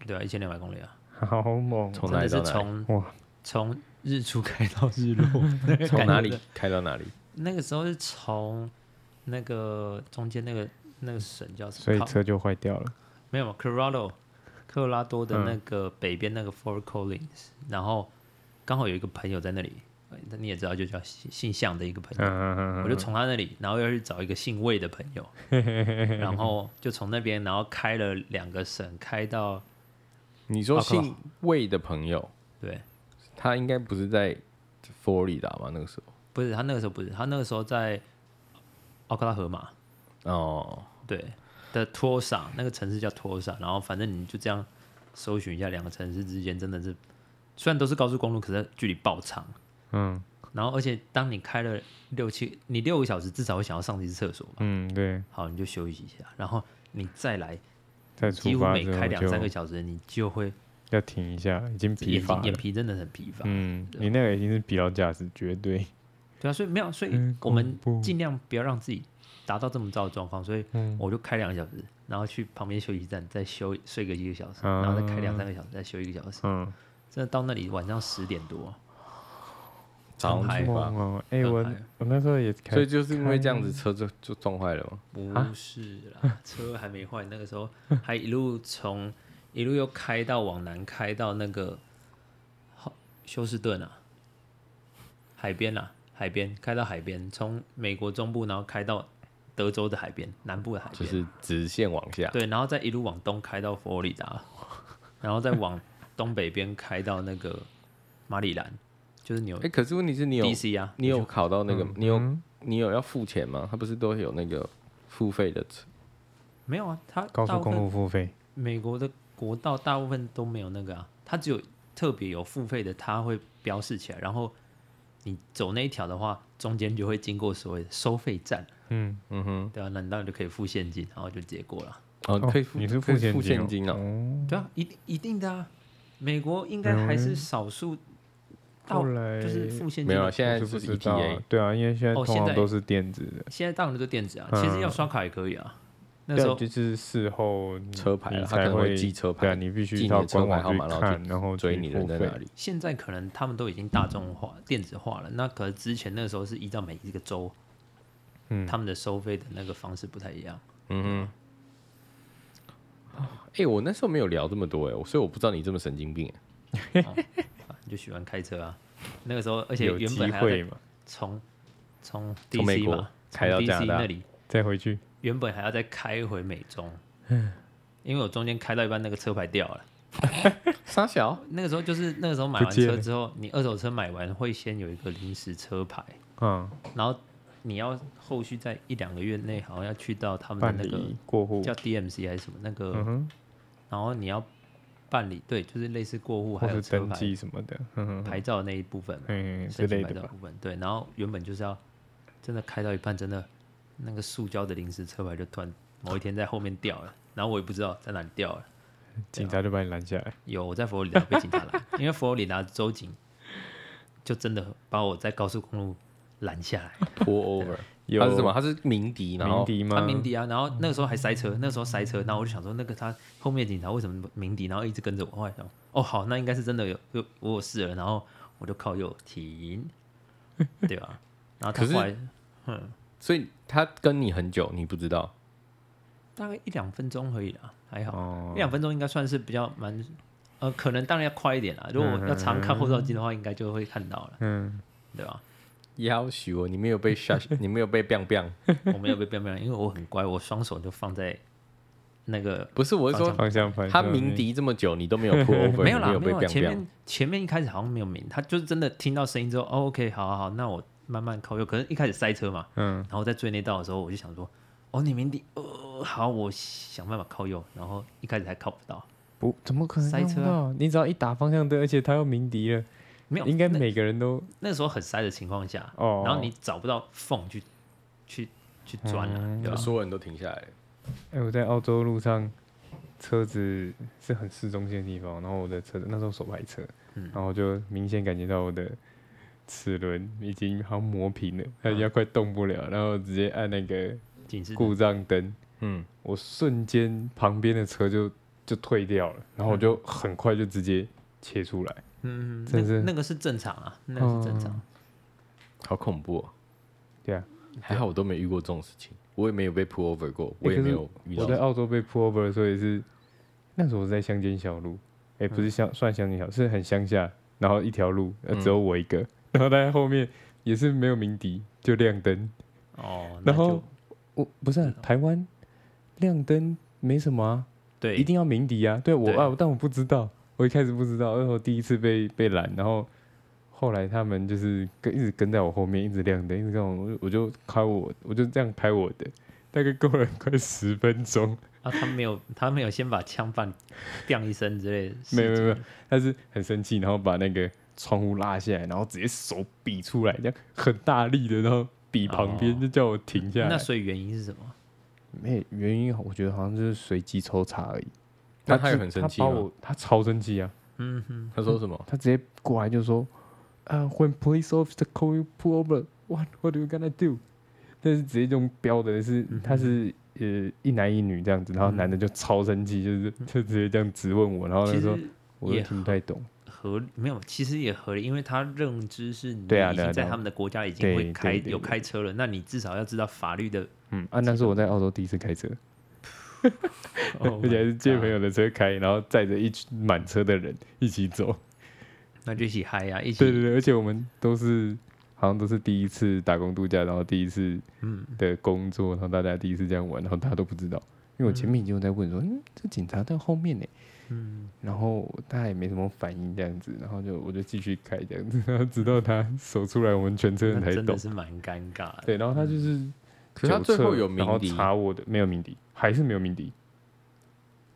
C: 对吧、啊？一千两百公里啊，
B: 好猛，
A: 从
C: 真
A: 哪
C: 的
A: 里
C: 是
A: 到哪里？
C: 从
B: 哇
C: 从日出开到日落， [laughs] 那个
A: 从
C: 感
A: 哪
C: 觉
A: 里开到哪里？
C: 那个时候是从那个中间那个那个省叫什
B: 所
C: 么？
B: 以
C: 靠
B: 车就坏掉了。
C: 没有 Colorado 科罗拉多的
B: 嗯
C: 那个北边那个 Fort Collins，、然后刚好有一个朋友在那里，呃你也知道，就叫姓姓向的一个朋
B: 嗯
C: 友，
B: 嗯嗯
C: 我就从他那里，然后又去找一个姓魏的朋
B: [laughs]
C: 友，然后就从那边，然后开了两个省，开到
A: 你说
C: 哦靠
A: 姓魏的朋友，
C: 对，
A: 他应该不是在佛罗里达吧？那个时候
C: 不是他那个时候不是他那个时候在奥克拉荷马，
A: 哦，
C: 对的托萨那个城市叫托萨，然后反正你就这样搜寻一下两个城市之间真的是，虽然都是高速公路，可是距离爆长。
B: 嗯
C: 然后而且当你开了六七，你六个小时至少会想要上一次厕所吧？
B: 嗯，对，
C: 好，你就休息一下，然后你再来
B: 再
C: 几
B: 出
C: 乎
B: 发
C: 每
B: 之
C: 开
B: 后
C: 两三个
B: 就
C: 小时，你就会
B: 要停一下，已经疲
C: 眼
B: 乏
C: 睛眼
B: 了。
C: 皮真的很疲乏。
B: 嗯，
C: 对
B: 你那个已经是疲劳驾驶，绝对。
C: 对啊，所以没有，所以
B: 嗯
C: 我们
B: 恐怖
C: 尽量不要让自己达到这么糟的状况，所以
B: 嗯
C: 我就开两个小时，然后去旁边休息站再休睡个一个小时，然后再开两三个小时，再休一个小时，
B: 嗯，
C: 真的到那里晚上十点多，
A: 早上
C: 很嗨
A: 出发
B: 梦哦，哎，我
C: 很嗨
B: 我那时候也开，
A: 所以就是因为这样子车就就撞坏了嘛。
C: 不是啦， [laughs] 车还没坏，那个时候还一路从一路又开到往南开到那个好休斯顿啊，海边啊，海边开到海边，从美国中部然后开到德州的海边，南部的海边，
A: 就是直线往下，
C: 对，然后再一路往东开到佛罗里达，然后再往东北边开到那个马里兰，就是纽
A: 哎、可是问题是你有
C: DC 啊，
A: 你有考到那个，你有
B: 嗯
A: 你有要付钱吗？他不是都有那个付费的车？
C: 没有啊？它
B: 高
C: 大
B: 速
C: 部
B: 公
C: 分
B: 路付费，
C: 美国的国道大部分都没有那个啊，它只有特别有付费的，它会标示起来，然后你走那一条的话，中间就会经过所谓的收费站，
B: 嗯，
A: 嗯哼，
C: 对啊，那你当然就可以付现金，然后就直接过了。
A: 哦，可以付，
B: 你是
A: 可以
B: 付
A: 付现
B: 现
A: 金哦。
B: 哦。
C: 对啊，一定一定的啊，美国应该还是少数到
B: 后来
C: 就是付现金
A: 没有
C: 的
A: 啊，现在
B: 我
A: 是
B: 不知道
A: ETA，，
B: 对啊，因为现在
C: 哦
B: 通
C: 现
B: 常
C: 在
B: 都是电子的，
C: 现在当然就电子啊，其实要刷卡也可以啊。那
B: 嗯对
C: 时
B: 啊
C: 候
B: 就是事后你
A: 车牌啊
B: 你
A: 他可
B: 才
A: 能会
B: 会
A: 记车牌
B: 对啊，你必
A: 记
B: 须
A: 你
B: 到
A: 的车
B: 官
A: 牌
B: 网
A: 号码然后
B: 看，然后
A: 追
B: 去
A: 你人
B: 哦付
A: 在
B: 费
A: 哪里？
C: 现在可能他们都已经大众化、电子化了，那可是之前那个时候是依照每一个州，
B: 嗯
C: 他们的收费的那个方式不太一样。
A: 嗯哼。哎、我那时候没有聊这么多哎、我所以我不知道你这么神经病、哎
C: 啊你就喜欢开车啊，那个时候，而且
B: 有
C: 原
B: 机
C: 本还要
B: 会
C: 再
B: 嘛，
C: 从从
A: 从美
C: DC
A: 国
C: 嘛，
A: 开到
C: DC
A: 加拿大
C: 那里，
B: 再回去
C: 原本还要再开回美中，
B: 嗯
C: 因为我中间开到一半那个车牌掉了。
A: 傻小，
C: 那个时候就是那个时候买
B: 不
C: 完
B: 见
C: 车
B: 了
C: 之后，你二手车买完会先有一个临时车牌，
B: 啊，
C: 然后你要后续在一两个月内，好像要去到他们
B: 办
C: 的那个
B: 理过户
C: 叫，DMC 还是什么那个，
B: 嗯哼，
C: 然后你要办理，对，就是类似过户
B: 或
C: 还有
B: 是
C: 车
B: 登
C: 牌
B: 记什么的，嗯哼，
C: 牌照那一部分嘛，
B: 嗯之
C: 申请
B: 类
C: 牌
B: 的
C: 照
B: 吧，
C: 部分，对。然后原本就是要真的开到一半，真的那个塑胶的临时车牌就突然某一天在后面掉了，然后我也不知道在哪里掉了。啊
B: 警察就把你拦下来，
C: 有我在佛罗里达被警察拦，因为佛罗里达州警就真的把我在高速公路拦下来。
A: 拖 over，
B: 有
A: 他是什么？他是鸣笛，然
B: 鸣
A: 后
B: 笛
C: 他
B: 吗？
C: 鸣笛啊，然后那个时候还塞车，那个时候塞车，然后我就想说，那个他后面的警察为什么鸣笛，然后一直跟着我，后来想，哦好，那应该是真的有有我有事了，然后我就靠右停，对吧、然后他
A: 可是
C: 后来
A: 所以他跟你很久，你不知道。
C: 大概一两分钟而已啦，还好，
B: 哦
C: 一，两分钟应该算是比较蛮，呃，可能当然要快一点啦，如果我要常看后照镜的话，应该就会看到了，
B: 嗯，
C: 对吧、 [laughs]
A: 要许我，你没有被
B: [laughs]
A: shush，你没有被 biang biang，
C: 我没有被变变，因为我很乖，我双手就放在那个
A: 不是，我是说
B: 方向盘
A: 他
B: 上
A: 鸣
B: 面，
A: 笛这么久，你
B: [laughs]
A: 都没有 pull over，
C: 没有
A: 你
C: 啦，
A: 有
C: 没
A: 被
C: 有啦
A: biang
C: 前
A: biang，
C: 面前面一开始好像没有鸣，他就是真的听到声音之后、哦、，OK，好好好，那我慢慢靠右。可能一开始塞车嘛，
B: 嗯，
C: 然后在追那道的时候，我就想说，哦，你鸣笛，呃，好，我想办法靠右，然后一开始还靠不到，
B: 不，怎么可能
C: 塞
B: 用
C: 车啊
B: 到？你只要一打方向灯，而且他又鸣笛了，
C: 没有，
B: 应该
C: 那
B: 每个人都
C: 那时候很塞的情况下，
B: 哦
C: 然后你找不到缝去去去钻了、
B: 嗯
C: 对吧？
A: 啊所有人都停下来了。
B: 哎、我在澳洲路上，车子是很市中心的地方，然后我的车子那时候手排车，
C: 嗯
B: 然后就明显感觉到我的齿轮已经好像磨平了，它已经要快动不了，然后直接按那个
C: 警示
B: 故障灯，
A: 嗯，
B: 我瞬间旁边的车就就退掉了，然后我就很快就直接切出来，
C: 嗯，那
B: 真是
C: 那个是正常啊，那个是正常。
A: 好恐怖、哦，
B: 对啊，
A: 还好我都没遇过这种事情，我也没有被 pull over 过，我也
B: 欸可
A: 没
B: 是
A: 有遇
B: 我
A: 到。
B: 在澳洲被 pull over 的时候也是，那时候我在乡间小路，哎、不是乡、算乡间小，是很乡下，然后一条路、呃、只有我一个，然后他在后面也是没有鸣笛，就亮灯。
C: 哦，那
B: 然
C: 就
B: 后我不是啊、台湾亮灯没什么啊，
C: 对，
B: 一定要鸣笛啊。对我
C: 对
B: 啊，但我不知道，我一开始不知道，因为我第一次被被拦，然后。后来他们就是跟一直跟在我后面，一直亮灯，一直跟我，我就我就开我，我就这样开我的，大概过了快十分钟，
C: 啊，他没有，他没有先把枪把你 “biang” 一声之类的事情，
B: 没有没有没有，他是很生气，然后把那个窗户拉下来，然后直接手比出来，这样很大力的，然后比旁边，
C: 哦
B: 就叫我停下来。
C: 那所以原因是什么？
B: 没原因，我觉得好像就是随机抽查而已。
A: 那他
B: 就
A: 有很生气
B: 他
A: 吗
B: 把我他超生气啊！
C: 嗯哼，
A: 他说什么？
B: 他直接过来就说：“啊、w h e n police officer call you pull over, what what are you gonna do？” 但是直接用标的是
C: 嗯哼
B: 他是呃一男一女这样子，然后男的就超生气，就是就直接这样质问我，然后他
C: 其
B: 说
C: 实
B: 我
C: 也
B: 都听不太懂，
C: 合理没有，其实也合理，因为他认知是你
B: 对啊
C: 已
B: 对啊
C: 经在
B: 对啊
C: 他们的国家已经
B: 对
C: 会开
B: 对对
C: 有
B: 对
C: 开车了，那你至少要知道法律的。
B: 嗯啊，那是我在澳洲第一次开车，
C: 哦
B: [laughs] 而且还是借朋友的车开，然后载着一群满车的人一起走。
C: 那就一起嗨啊呀、一起
B: 对对对，而且我们都是好像都是第一次打工度假，然后第一次
C: 嗯
B: 的工作，然后大家第一次这样玩，然后大家都不知道，因为我前面已经有在问说，嗯，这警察在后面呢，
C: 嗯，
B: 然后大家也没什么反应这样子，然后就我就继续开这样子，然后直到他手出来，我们全车人
C: 那
B: 才
C: 真
B: 懂
C: 的。是嗯蛮尴尬的。
B: 对，然后他就是
A: 可是他
B: 酒
A: 最后
B: 测
A: 有
B: 然后
A: 鸣笛，
B: 查我的没有鸣笛，还是没有鸣笛，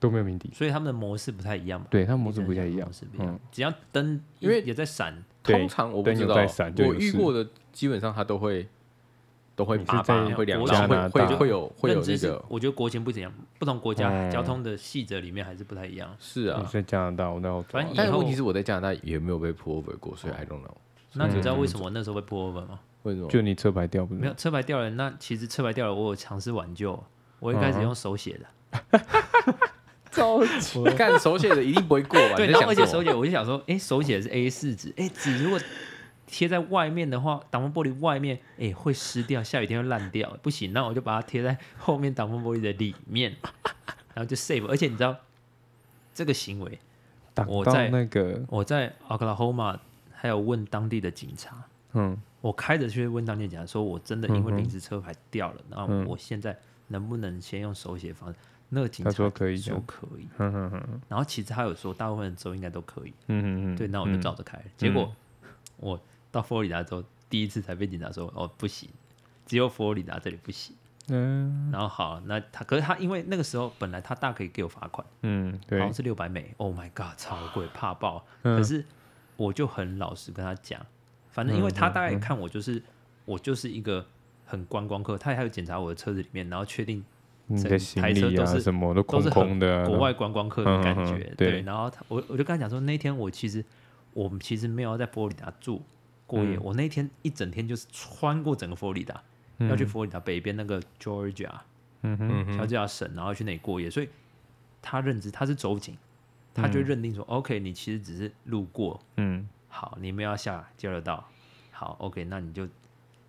B: 都没有鸣笛。
C: 所以他们的模式不太一样嘛，
B: 对，他模
C: 你
B: 式
C: 真的
B: 不太
C: 讲
B: 一样
C: 模，式不一样
B: 嗯，，
C: 只要灯
A: 因为
C: 也在闪，
B: 对
A: 通常我不知
B: 灯有
A: 道
B: 在闪，就有
A: 我遇
B: 事
A: 过的基本上他都会都会
B: 你是
A: 叭叭
B: 在
A: 会两
C: 我
A: 道，
B: 加拿
A: 会会
B: 大
A: 会有会有
C: 认知
A: 那
C: 是
A: 个哎
C: 我觉得国情不怎样，不同国家
B: 嗯
C: 交通的细则里面还是不太一样。
A: 是
B: 你
A: 啊。
B: 在加拿大，我在澳洲
C: 反正
B: 啊，
A: 但是
C: 以后哦
A: 问题是我在加拿大也没有被 pull over 过，所以 I don't know
C: 那你知道为什么我那时候会 pull over 吗？
A: 为什么。
B: 就你车牌掉不
A: 嗯
B: 是
C: 没有车牌掉了，那其实车牌掉了，我有尝试挽救，我一开始用手写的，
A: [laughs]
B: 着
A: 干手写的一定不会过吧？
C: 对，
A: 你
C: 然
A: 在
C: 后而
A: 想
C: 且
A: 什
C: 手
A: 么？
C: 写我就想说，哎，手写的是 A 四纸，哎，纸如果贴在外面的话，挡风玻璃外面，哎，会湿掉，下雨天会烂掉，不行，那我就把它贴在后面挡风玻璃的里面，然后就 save，而且你知道这个行为。
B: 挡
C: 我
B: 到
C: 在
B: 那个，
C: 我在 Oklahoma 还有问当地的警察，
B: 嗯，
C: 我开着去问当地的警察说，我真的因为临时车牌掉了，那、
B: 嗯
C: 我现在能不能先用手写方式？那个警
B: 他
C: 察
B: 说可以这
C: 说
B: 样，
C: 可以，啊
B: 嗯嗯嗯
C: 然后其实他有说大部分人州应该都可以，
B: 嗯嗯，嗯
C: 对，那我就照着开。结果我到佛罗里达州第一次才被警察说，哦不行，只有佛罗里达这里不行。
B: 嗯
C: 然后好，那他可是他因为那个时候本来他大可以给我罚款。
B: 嗯，
C: 好
B: 对
C: 像，是六百美，Oh my god，超贵，怕爆。
B: 嗯
C: 可是我就很老实跟他讲，反正因为他大概也看我就是、我就是一个很观光客，他还有检查我的车子里面，然后确定
B: 你
C: 整
B: 的
C: 个
B: 行
C: 台车
B: 李
C: 都
B: 啊
C: 是
B: 什么都
C: 都
B: 空
C: 是很
B: 空的啊，
C: 国外观光客的感觉。
B: 嗯嗯嗯
C: 对
B: 对
C: 然后他我我就跟他讲说，那天我其实我们其实没有要在佛罗里达住过夜，我那天一整天就是穿过整个佛罗里达，要去佛罗里达北边那个 Georgia，
B: 嗯哼，
A: 嗯
C: 乔
A: 哼，
C: 治亚省，然后去那里过夜，所以他认知他是走警，他就认定说、o
A: 嗯
C: k 你其实只是路过，
B: 嗯，
C: 好，你没有要下交流道，好，OK，那你就，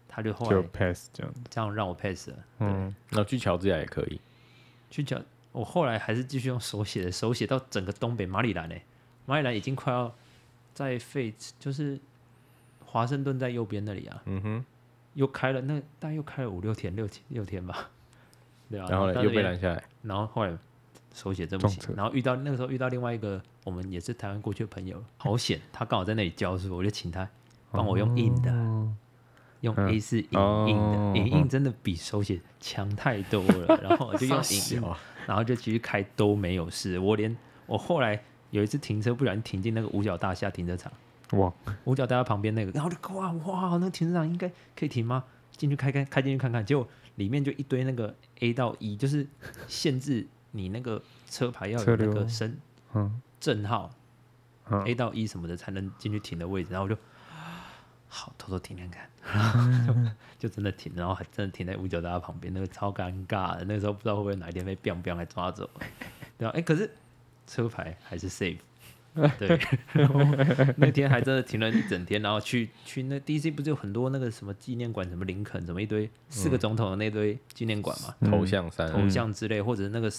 C: 他就后
B: 就
C: 来
B: pass 这样，
C: 这样让我 pass 了，对，
B: 嗯，
A: 然后去乔治亚也可以，
C: 去讲，我后来还是继续用手写的，手写到整个东北马里兰呢、马里兰已经快要在费，就是华盛顿在右边那里啊，
A: 嗯哼，
C: 又开了那大概又开了五六天，六天六天吧，对啊，
A: 然后呢
C: 到
A: 又
C: 那
A: 被
C: 边
A: 拦下来，
C: 然后后来手写真不行
B: 撞，车
C: 然后遇到那个时候遇到另外一个我们也是台湾过去的朋
B: [laughs]
C: 友，好险，他刚好在那里教书，我就请他帮我用印的，用
B: 嗯
C: A 四影
B: 哦
C: 印的，影印真的比手写强太多了，然后我就用
B: [laughs]
C: 影印，
A: 小，
C: 然后就继续开都没有事，我连我后来有一次停车不小心停进那个五角大厦停车场。
B: 哇，
C: 五角大厦旁边那个，然后就哇哇，那个停车场应该可以停吗？进去开开开进去看看，结果里面就一堆那个 A 到 E，就是限制你那个车牌要有
B: 车
C: 那
B: 流
C: 个身
B: 嗯
C: 证号
B: 嗯
C: A 到 E 什么的才能进去停的位置，然后我就好偷偷停停看，然
A: 嗯
C: 后 [laughs] 就就真的停，然后还真的停在五角大厦旁边，那个超尴尬的，那个时候不知道会不会哪一天被 biang biang 来抓走，对吧、哎、可是车牌还
A: [laughs]
C: 是 save。对，然后 [laughs] 那天还真的停了一整天，然后去去那 DC 不是有很多那个什么纪念馆，什么林肯，什么一堆四
A: 嗯
C: 个总统的那堆纪念馆嘛，
A: 头像山，
C: 头像之类，或者那个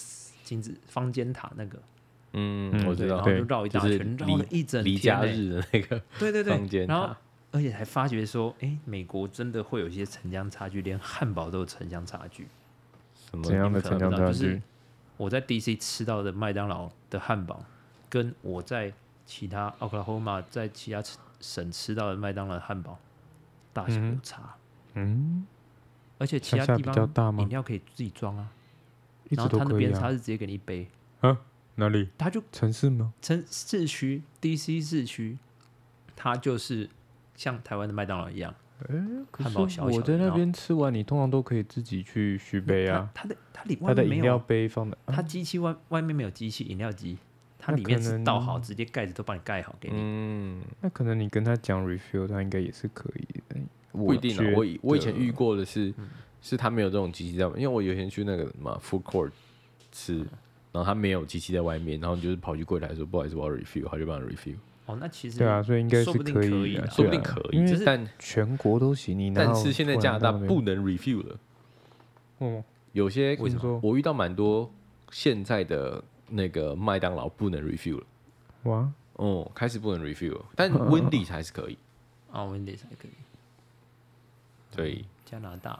C: 金字方尖塔那个，
A: 嗯，我知
C: 对，然
A: 道
C: 后，就绕一大
A: 就是
C: 圈，绕了一整
A: 离
C: 天
A: 假
C: 欸，
A: 日的那个，
C: 对对对，
A: 方尖塔
C: 然后而且还发觉说，哎，美国真的会有一些城乡差距，连汉堡都有城乡差距。
A: 什么
B: 怎样的
C: 你可能
B: 城乡
C: 不知道
B: 差
C: 就是
B: 距？
C: 我在 DC 吃到的麦当劳的汉堡，跟我在其他 Oklahoma 在其他省吃到的麦当劳汉堡大小有差，
B: 嗯，
C: 而且其他
B: 乡下
C: 地
B: 比较大
C: 方
B: 吗
C: 饮料可以自己装啊，
B: 一
C: 然
B: 直都
C: 后他那
B: 可以
C: 边他
B: 啊，
C: 是直接给你一杯，
B: 哪里？
C: 他就
B: 城市吗？
C: 城市区 DC 市区，它就是像台湾的麦当劳一样，
B: 可
C: 汉
B: 是
C: 堡小
B: 我
C: 小
B: 在
C: 的
B: 那
C: 然后
B: 边吃完，你通常都可以自己去续杯啊。
C: 它它的它里
B: 它
C: 外
B: 的
C: 面没
B: 饮料
C: 有，
B: 杯放的，啊
C: 它机器外外面没有机器饮料机，它
B: 那
C: 里面
B: 可
C: 是
B: 能
C: 倒好，直接盖子都帮你盖好给你。
A: 嗯，
B: 那可能你跟他讲 refill，他应该也是可以的。
A: 不一定啊
B: 觉。
A: 我以我以前
B: 得
A: 遇过的是，
C: 嗯
A: 是他没有这种机器在外面，因为我有一天去那个嘛 food court 吃，
C: 嗯
A: 然后他没有机器在外面，然后你就是跑去柜台说不好意思，我要 refill，他就帮你 refill，
C: 哦，那其实
B: 对啊，所以应该
C: 说
B: 是
C: 不定
B: 可
C: 可以
B: 以
C: 啦
B: 的，
A: 说不
B: 对
A: 定
B: 啊
A: 可
B: 因
A: 以，
B: 为
A: 就是但
B: 全国都行，你哪
A: 但
B: 有
A: 是现在
B: 突然
A: 加拿大
B: 到那边
A: 不，能 refill 了，
B: 嗯，
A: 有些
B: 为什么
A: 我遇到蛮多现在的那个麦当劳不能 refill 了，
B: 哇，
A: 哦，开始不能 refill，了
B: [laughs]
A: 但 Wendy 还是可以，
C: 哦，Wendy 才可以。
A: 所
B: 嗯
A: 以啊
C: 加拿大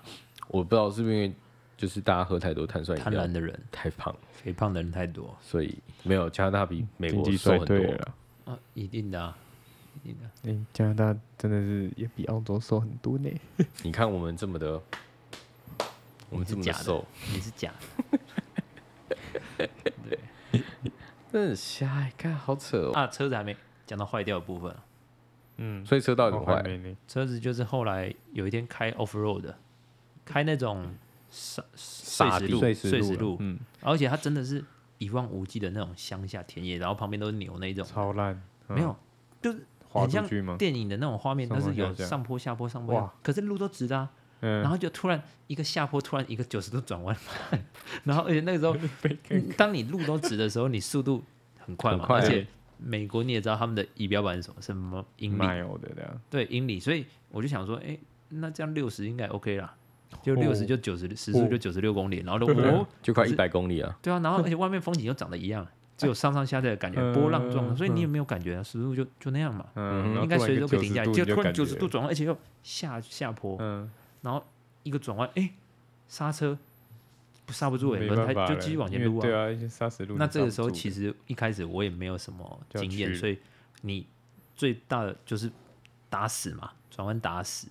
A: 我不知道是不是因为就是大家喝太多碳酸饮
C: 贪
A: 料
C: 婪的人，
A: 太胖，
C: 肥胖的人太多
A: 所以没有加拿大比美
B: 经
A: 国
B: 济
A: 瘦
B: 衰
A: 很
B: 退
A: 多。
B: 了。
C: 啊，一定的、啊，一定的。
B: 哎、加拿大真的是也比澳洲瘦很多呢。
A: 你看我们这么的，我们这么
C: 假的
A: 瘦，
C: 你是假的，
A: 真的很瞎欸，看好扯哦。
C: 啊，车子还没讲到坏掉的部分啊，
B: 嗯，
A: 所以车到底怎
B: 我
A: 么
B: 还
A: 坏？
B: 没呢。
C: 车子就是后来有一天开 off road，开那种沙碎
A: 沙
C: 石
A: 地
C: 路、
B: 碎
C: 碎
B: 石
C: 石
B: 路了
C: 路，
B: 嗯，
C: 而且它真的是一望无际的那种乡下田野，然后旁边都是牛那种，
B: 超烂，嗯
C: 没有，就是
B: 滑
C: 很
B: 出
C: 像
B: 去吗？
C: 电影的那种画面，
B: 上
C: 但是
B: 坡下
C: 有
B: 降
C: 上坡下坡上坡下
B: 哇
C: 坡，可是路都直的、啊，然
B: 嗯，
C: 后就突然一个下坡，突然一个九十度转弯， [laughs] 然后而且那
B: [laughs]
C: 个时候当你路都直的时候，你速度很快嘛，
A: 很快
C: 而且美国你也知道他们的仪表板是什么什么英里，
B: mile 的这样，
C: 对英里，所以我就想说，哎，那这样六十应该 OK 啦，就
B: 哦啊
C: 六十就九十、时速就九十六公里，然后都哦，
A: 啊就快
C: 可
A: 一
C: 是
A: 百公里啊！
C: 对啊，然后而且外面风景又长得一样，只有上上下下的感觉，
B: 嗯
C: 波浪状，所以
B: 嗯
C: 你也没有感觉啊，时速就就那样嘛，
A: 嗯
B: 嗯，然后
C: 应该
B: 突然
C: 随
B: 一个
C: 时都可以停下来，
B: 90度
C: 就
B: 你就
C: 突然
B: 感
C: 九十
B: 觉
C: 度转弯，而且又下下坡，
B: 嗯，
C: 然后一个转弯，哎、刹车不刹不住哎、
B: 没
C: 轮
B: 办
C: 胎
B: 法
C: 就
B: 了
C: 继续往前
B: 因为
C: 撸
B: 对
C: 啊。
B: 啊，一些砂石路。
C: 那这个时候其
B: 实，
C: 实一开始我也没有什么
B: 就要
C: 经验，
B: 去
C: 所以你最大的就是打死嘛，转弯打死，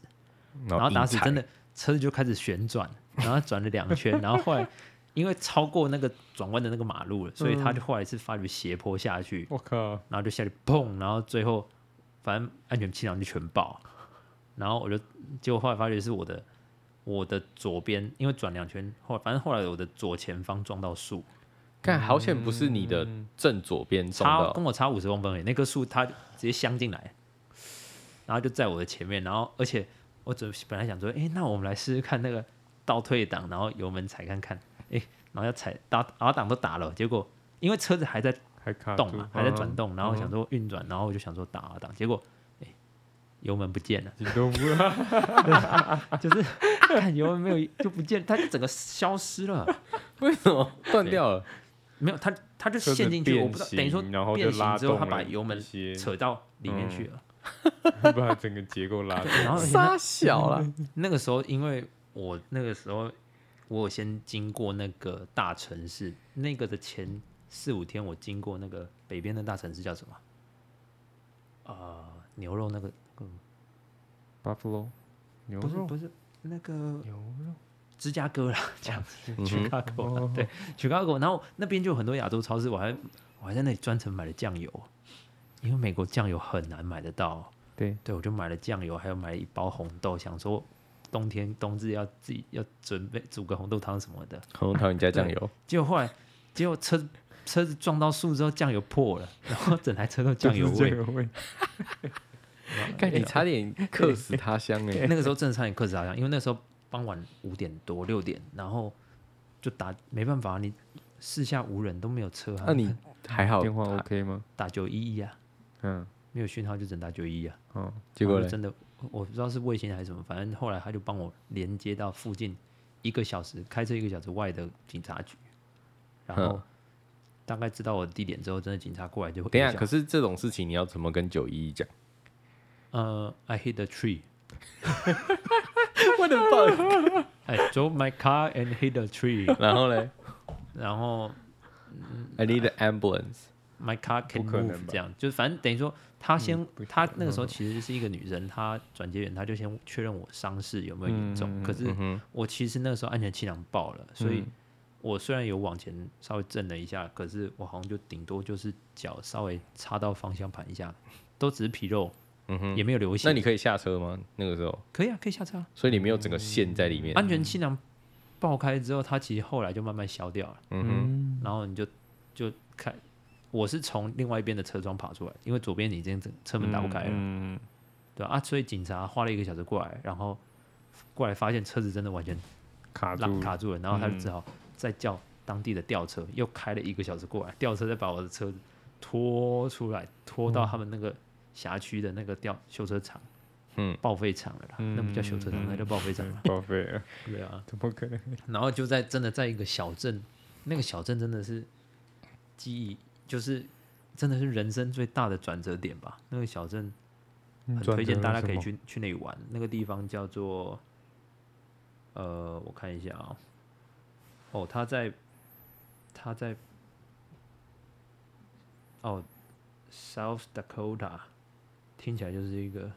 C: 然后打死真的车子就开始旋转，然后转了两圈，然后后来因为超过那个转弯的那个马路了，所
B: 嗯
C: 以他就后来是发觉斜坡下去，
B: 我靠，
C: 然后就下去砰，然后最后反正安全气囊就全爆，然后我就结果后来发觉是我的我的左边，因为转两圈，后来反正后来我的左前方撞到树，
A: 看好险不是你的正左边哦撞
C: 差
A: 到，
C: 跟我差五十公分而已，那棵树它直接镶进来，然后就在我的前面，然后而且我准本来想说，哎，那我们来试试看那个倒退档，然后油门踩看看，哎，然后要踩打 R 档都打了，结果因为车子还在
B: 还卡
C: 动
B: 住
C: 嘛，还在转
B: 嗯，
C: 动，然后想说运转，然后我就想说打啊档，结果哎、油门不见了
B: 你都不啊
C: 就是看油门没有就不见，它整个消失了，
A: 为什 [laughs] 么断掉了？
C: 没有它它就
B: 车子
C: 陷进去，我不知道
B: 变
C: 等于说
B: 形然后就
C: 变形
B: 拉
C: 之后，它
B: 动
C: 把
B: 了
C: 油门
B: 一些
C: 扯到里面去了，
B: [laughs] 把整个结构拉 [laughs] 动。
C: [laughs]
A: [laughs]
C: 然后而且那
A: 傻小 [laughs] 了，
C: 那个时候因为我那个时候我有先经过那个大城市，那个的前四五天我经过那个北边的大城市叫什么？呃，牛肉那个
B: Buffalo 牛
C: 不是
B: 肉
C: 不是那个
B: 牛肉哦
C: 芝加哥啦，这样 [laughs] 子
A: 嗯哼
C: ，Chicago 啦，对，Chicago。然后那边就有很多亚洲超市，我还我还在那里专程买了酱油，因为美国酱油很难买得到。
B: 对，
C: 对，我就买了酱油，还有买了一包红豆，想说冬天冬至要自己要准备煮个红豆汤什么的。
A: 红桃你加酱油，
C: 结果后来，结果车车子撞到树之后，酱油破了，然后整台车都酱油
B: [laughs] 就是
C: 味
B: 酱。油味，
A: 看你差点客死他乡 [laughs] 哎！
C: [laughs] 那个时候真的差点克死他乡，因为那时候傍晚五点多六点，然后就打没办法，啊你四下无人都没有车啊，
A: 那你还好，
B: 电话 OK 吗？
C: 打九一一啊，
B: 嗯，
C: 没有讯号就只能打九一一啊。
B: 哦，
A: 结果
C: 然后就
A: 呢？
C: 真的我不知道是卫星还是什么，反正后来他就帮我连接到附近一个小时开车一个小时外的警察局，然后
A: 嗯
C: 大概知道我的地点之后，真的警察过来就会
A: 等一下，
C: 想
A: 可是这种事情你要怎么跟九一一讲？
C: 呃，I hit the tree。
A: [laughs] 我的爸！
C: I drove my car and hit the tree，
A: [laughs] 然后嘞
C: 然后
A: [laughs] ，I need an ambulance。
C: my car can
B: 不可
C: move，
B: 能吧嗯
C: 这样就是反正等于说，他先、
B: 不嗯
C: 他那个时候其实就是一个女生，她转接员，她就先确认我伤势有没有严重。
B: 嗯
C: 可
A: 嗯
C: 是我其实那个时候安全气囊爆了，所以我虽然有往前稍微震了一下，可是我好像就顶多就是脚稍微插到方向盘一下，都只是皮肉，
A: 嗯哼，
C: 也没有流血。
A: 那你可以下车吗？那个时候，
C: 可以啊，可以下车啊。
A: 所以你没有整个陷在里面。
C: 安全气囊爆开之后，它其实后来就慢慢消掉了，
A: 嗯哼，
B: 嗯，
C: 然后你就就看，我是从另外一边的车窗爬出来，因为左边已经整车门打不开了，
B: 嗯，
C: 对啊，啊所以警察花了一个小时过来，然后过来发现车子真的完全
B: 卡
C: 拉
B: 住
C: 卡住了，然后他就
B: 嗯
C: 只好再叫当地的吊车，又开了一个小时过来，吊车再把我的车子拖出来，拖到他们那个辖区的那个吊修车厂，
A: 嗯，
C: 报废厂了啦，那不叫修车厂，那叫报废厂了，
B: 报废了，
C: 对啊，
B: 怎么可能？
C: 然后就在真的在一个小镇，那个小镇真的是记忆，就是真的是人生最大的转折点吧。那个小镇
B: 嗯
C: 很推荐大家可以去去那里玩，那个地方叫做呃，我看一下啊、哦，他在他在哦 South Dakota，听起来就是一个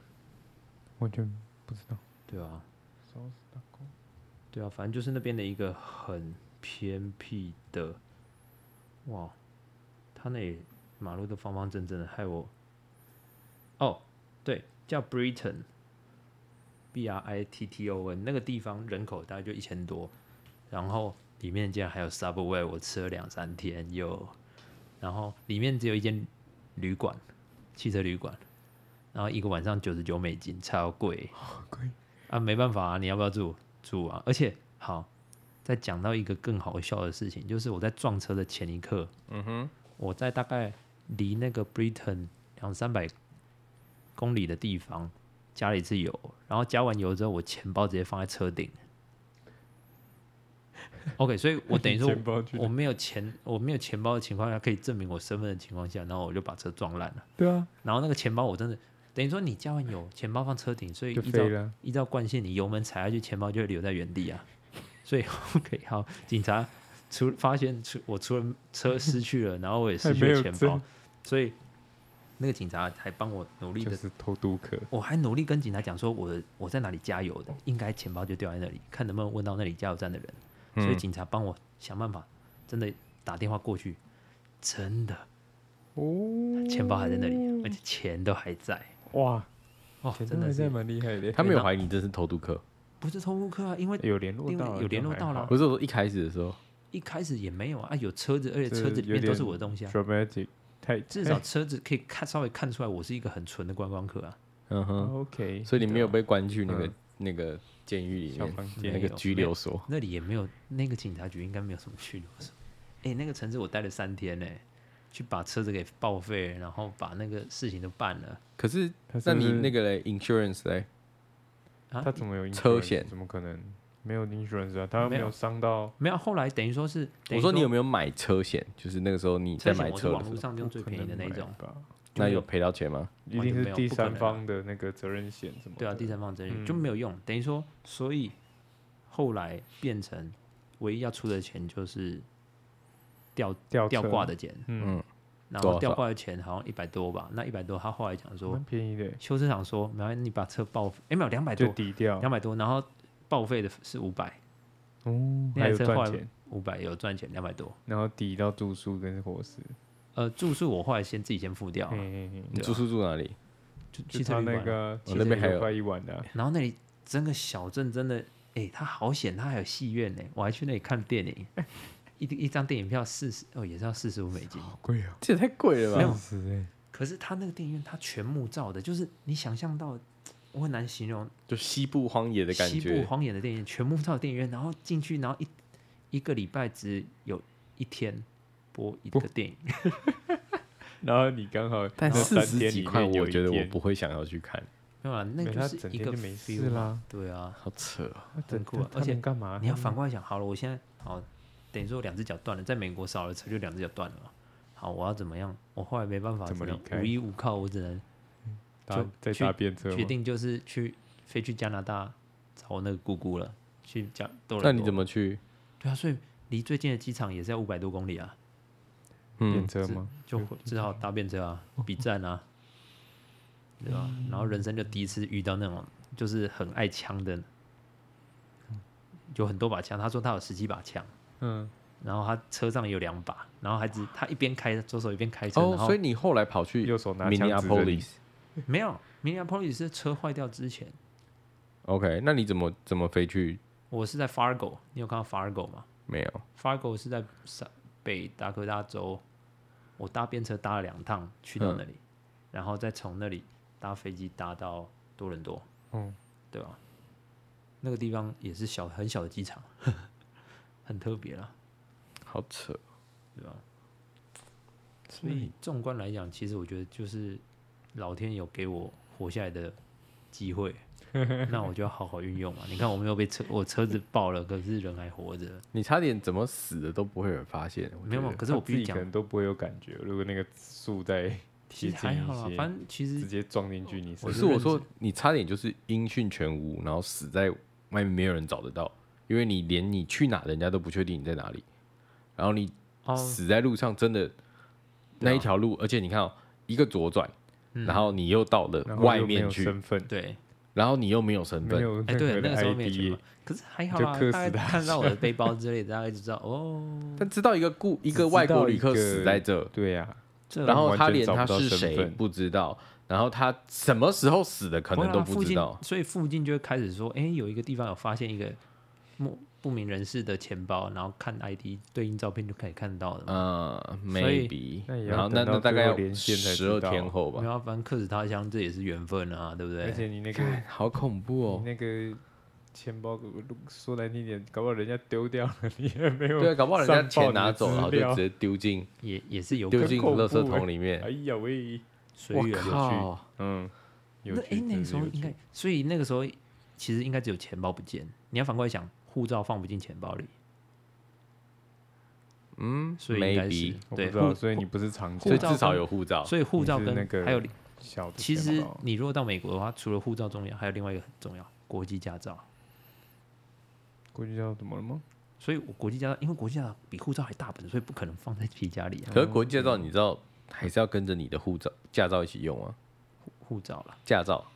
B: 完全不知道。
C: 对啊，对啊，反正就是那边的一个很偏僻的，哇，他那里马路都方方正正的，害我，哦，对，叫 Britain，B R I T T O N 那个地方人口大概就一千多，然后里面竟然还有 Subway，我吃了两三天有，然后里面只有一间旅馆，汽车旅馆，然后一个晚上九十九美金，超贵。啊，没办法啊，你要不要住住啊？而且好，再讲到一个更好笑的事情，就是我在撞车的前一刻，
A: 嗯哼，
C: 我在大概离那个 Britain 两三百公里的地方加了一次油，然后加完油之后，我钱包直接放在车顶。OK，所以我等于说
B: 钱包去
C: 我没有钱，我没有钱包的情况下，可以证明我身份的情况下，然后我就把车撞烂了。
B: 对啊，
C: 然后那个钱包我真的等于说你加完油，钱包放车顶，所以
B: 就
C: 依照
B: 飞了。
C: 依照惯性，你油门踩下去，钱包就会留在原地啊。 [laughs] 所以 OK，好，警察除发现除我除了车失去了，然后我也失去
B: 还
C: 了
B: 没有
C: 钱包
B: 真，
C: 所以那个警察还帮我努力
B: 就
C: 的，
B: 是偷渡客，
C: 我还努力跟警察讲说我的我在哪里加油的，应该钱包就掉在那里，看能不能问到那里加油站的人。所以
A: 嗯
C: 警察帮我想办法，真的打电话过去，真的
B: 哦，
C: 钱包还在那里，而且钱都还在，
B: 哇，
C: 哇，
B: 钱
C: 真的
B: 在
C: 是
B: 蛮厉害的，
A: 他没有怀疑你这是偷渡客，
C: 不是偷客啊，因为
B: 有联络
C: 另外
B: 到，
C: 有联络到了
A: 不是我一开始的时候，
C: 一开始也没有啊，啊有车子，而且
B: 这
C: 车子里
B: 有
C: 面都是
B: 点哎
C: 我的东西啊。
B: ，dramatic，太
C: 至少车子可以看稍微看出来，我是一个很纯的观光客啊。
A: 嗯哼，
B: 哦 OK，
A: 所以你没有被关去那个
B: 嗯
A: 那个监狱里
B: 小
A: 面
B: 房
A: 那
B: 间
A: 个拘留所，
C: 那里也没有那个警察局，应该没有什么去留所。哎、那个城市我待了三天呢、去把车子给报废，然后把那个事情都办了。
A: 可是
B: 他是
A: 那
B: 不
A: 你
B: 是
A: 那个嘞 insurance 嘞，
C: 啊
B: 他怎么有
A: 车
B: insurance？
A: 险
B: 怎么可能没有 insurance 啊？他又
C: 没
B: 没
C: 有
B: 有伤到，
C: 没有，后来等于说是，等
A: 我
C: 于
A: 说你有
C: 没
A: 没有买车险？就是那个时候你在
C: 车险
A: 买
C: 我是
A: 车
C: 网
A: 的时
C: 络
A: 候，
C: 上用最便宜的那一种，
B: 吧？
A: 那有赔到钱吗？
B: 一定是第三方的那个责任险什么的？
C: 啊对啊，第三方责
B: 嗯
C: 任就没有用。等于说，所以后来变成唯一要出的钱就是吊
B: 吊
C: 吊
B: 车
C: 挂，的钱，
B: 嗯，
C: 然
A: 多
C: 后
A: 少
C: 吊挂的钱好像一百多吧，那一百多，他后来讲说
B: 蛮，便宜的，
C: 修车厂说，没关系，你把车报，哎、没有两百
B: 就
C: 多，
B: 抵掉
C: 两。百多，然后报废的是五百，
B: 哦，
C: 那
B: 还有
C: 台车后
B: 赚
C: 来
B: 钱，
C: 五百有赚钱两百多。
B: 然后抵到住宿跟伙食。
C: 呃，住宿我后来先自己先付掉啊，
B: 嘿嘿嘿
A: 你住宿住哪里？
C: 就
B: 就
C: 汽车
B: 他
C: 旅
B: 那
C: 馆啊。
B: 个
A: 我那边还有
B: 79块一晚的啊，
C: 然后那里整个小镇真的，哎、它好险，它还有戏院呢，我还去那里看
B: [laughs]
C: 电影，
B: 哎
C: 一一张电影票四十，哦，也是要四十五美金。
B: 好贵啊，
A: 这也太贵了
C: 没有
A: 吧！
B: 死哎，
C: 可是它那个电影院它全木造的，就是你想象到，我很难形容
A: 就西部荒野的感
C: 西部
A: 觉，
C: 荒野的电影院，全木造的电影院，然后进去，然后一一个礼拜只有一天播一个电
B: [laughs]
C: 影，
B: 然后你刚好
A: 但
B: 那
A: 四
B: 三
A: 十
B: 天
A: 几
B: 里
A: 块，
B: 面有
A: 我
B: 一
A: 觉得我
B: 天
A: 不会想要去看，
C: 没有啦，那
B: 没
C: 就
B: 他
C: 是
B: 整
C: 一
B: 天
C: 个
B: 就没
C: feel
B: 事
C: 嘛
B: 啦，
C: 对啊，
A: 好扯哦。
B: 他
C: 很
B: 整
C: 酷啊
B: 他
C: 而且
B: 能干嘛？
C: 你要反过来想，好了，我现在好，等于说我两只脚断了，在美国少了车就两只脚断了嘛。好，我要怎么样？我后来没办法，
B: 怎么
C: 只能
B: 离开
C: 无依无靠，我只能
B: 搭
C: 就
B: 再
C: 去
B: 嗯搭便车吗
C: 决定就是去飞去加拿大找我那个姑姑了，去加多伦
A: 那
C: 多。
A: 你怎？么去？
C: 对啊，所以离最近的机场也是要五百多公里啊，
B: 便
A: 嗯，
B: 车吗？
C: 就只好搭便车啊，比战啊，对吧、然后人生就第一次遇到那种就是很爱枪的，有很多把枪。他说他有十几把枪。
B: 嗯，
C: 然后他车上有两把，然后还只他一边开左手一边开车，
A: 哦
C: 然，后
A: 所以你后来跑去
B: 右手拿枪指着你
A: Minneapolis，
C: 没有， Minneapolis 是车坏掉之前，
A: OK，那你怎么怎么飞去？
C: 我是在 Fargo，你有看到 Fargo 吗
A: 没有，
C: ？Fargo 是在萨北达科大州，我搭便车搭了两趟去到那里，
A: 嗯
C: 然后再从那里搭飞机搭到多伦多，
A: 哦
B: 嗯，
C: 对吧？那个地方也是小很小的机场， [laughs] 很特别啦，
A: 好扯。
C: 对吧？所以纵观来讲，其实我觉得就是老天有给我活下来的机
A: [laughs]
C: 会，那我就要好好运用嘛。你看，我没有被车，我车子爆了，可是人还活着。
A: 你差点怎么死的都不会有人发现，我
C: 没有
A: 觉
C: 嘛
A: 得，
C: 可是我
B: 自
C: 必须
B: 己
C: 讲
B: 可，能都不会有感觉。如果那个树在贴
C: 其实
B: 近
C: 还好
B: 一
C: 啦，
B: 些，
C: 反正其
B: 直
C: 实
B: 接撞进去你身
A: 不
B: 上，
A: 是我说你差点就是音讯全无，然后死在外面没有人找得到，因为你连你去哪人家都不确定你在哪里，然后你
C: 哦，
A: 死在路上真的那一条路，而且你看、哦，一个左转，
C: 嗯
A: 然后你又到了
B: 然后
A: 外
B: 又没
A: 面
B: 有
A: 去，
B: 身份，
A: [laughs]
C: 对，
A: 然后你又没有身
B: 没
A: 份，
B: 有任
A: [laughs]
C: 哎，对，
B: 何
C: 那
B: 的
C: 个时候没有钱
B: ID，
C: 嘛，可是还好
B: 就
C: 啦
B: 克，
C: 大
B: 死
C: 家
B: 他
C: 看到我的背包之类的，大概就知道哦，
A: 但知道一个故一
B: 知
A: 个
B: 道
A: 外国旅客
B: 一个
A: 死在这，
B: 对啊呀，
C: 这
A: 然后
B: 完
A: 他
B: 全
A: 连
B: 找
A: 他
B: 不到
A: 是
B: 身
A: 谁
B: 份
A: 不知道，然后他什么时候死的可
C: 不会
A: 能都
C: 啦附
A: 不知
C: 近
A: 道。
C: 所以附近就会开始说，哎，有一个地方有发现一个不不明人士的钱包，然后看 ID 对应照片就可以看到的嘛。
A: 呃
C: 所以
A: ，maybe，
B: 那也要
A: 然后那
B: 等到
A: 那大
B: 最
A: 概
B: 后
A: 要
B: 连线才
A: 十
B: 知
A: 二
B: 道
A: 天后吧
C: 没。有啊，反正客死他乡，这也是缘分啊，对不
B: 而
C: 对？
B: 且你那个
A: 看， [laughs] 好恐怖
B: 你
A: 哦！
B: 那个钱包，说难听点，搞不好人家丢掉了， [laughs] 你也没有。
A: 对啊，搞不好人家
B: 嗯上报
A: 钱
B: 你的
A: 拿走，
B: 资
A: 然后就
B: 料
A: 直接丢进
C: 也也是有可
A: 丢
C: 能
A: 进
B: 恐怖
A: 垃圾
B: 欸
A: 桶里面
B: 哎。呀喂，
C: 随缘
A: 我
C: 有趣。
A: 靠！
B: 嗯，有
C: 那
B: 趣
C: 哎，那个时候应该，所以那个时候其实应该只有钱包不见。你要反过来想，护照放不进钱包里，
A: 嗯
C: 所以应该是
A: ，maybe，
C: 对
B: 对，
C: 护
B: 所以你不是常
A: 所以
B: 见
C: 照
A: 至少
C: 跟
A: 有护照。
C: 所以护
B: 你
C: 照
B: 是
C: 跟
B: 那个
C: 还有
B: 小的
C: 其
B: 钱
C: 实
B: 包
C: 你如果到美国的话，除了护照重要，还有另外一个很重要，国际驾照。
B: 国际叫怎么了吗？
C: 所以我国际驾照，因为国际驾照比护照还大本，所以不可能放在皮夹里啊，
A: 可是国际驾照，你知道还是要跟着你的护照、驾照一起用啊。
C: 护照啦。
A: 驾照，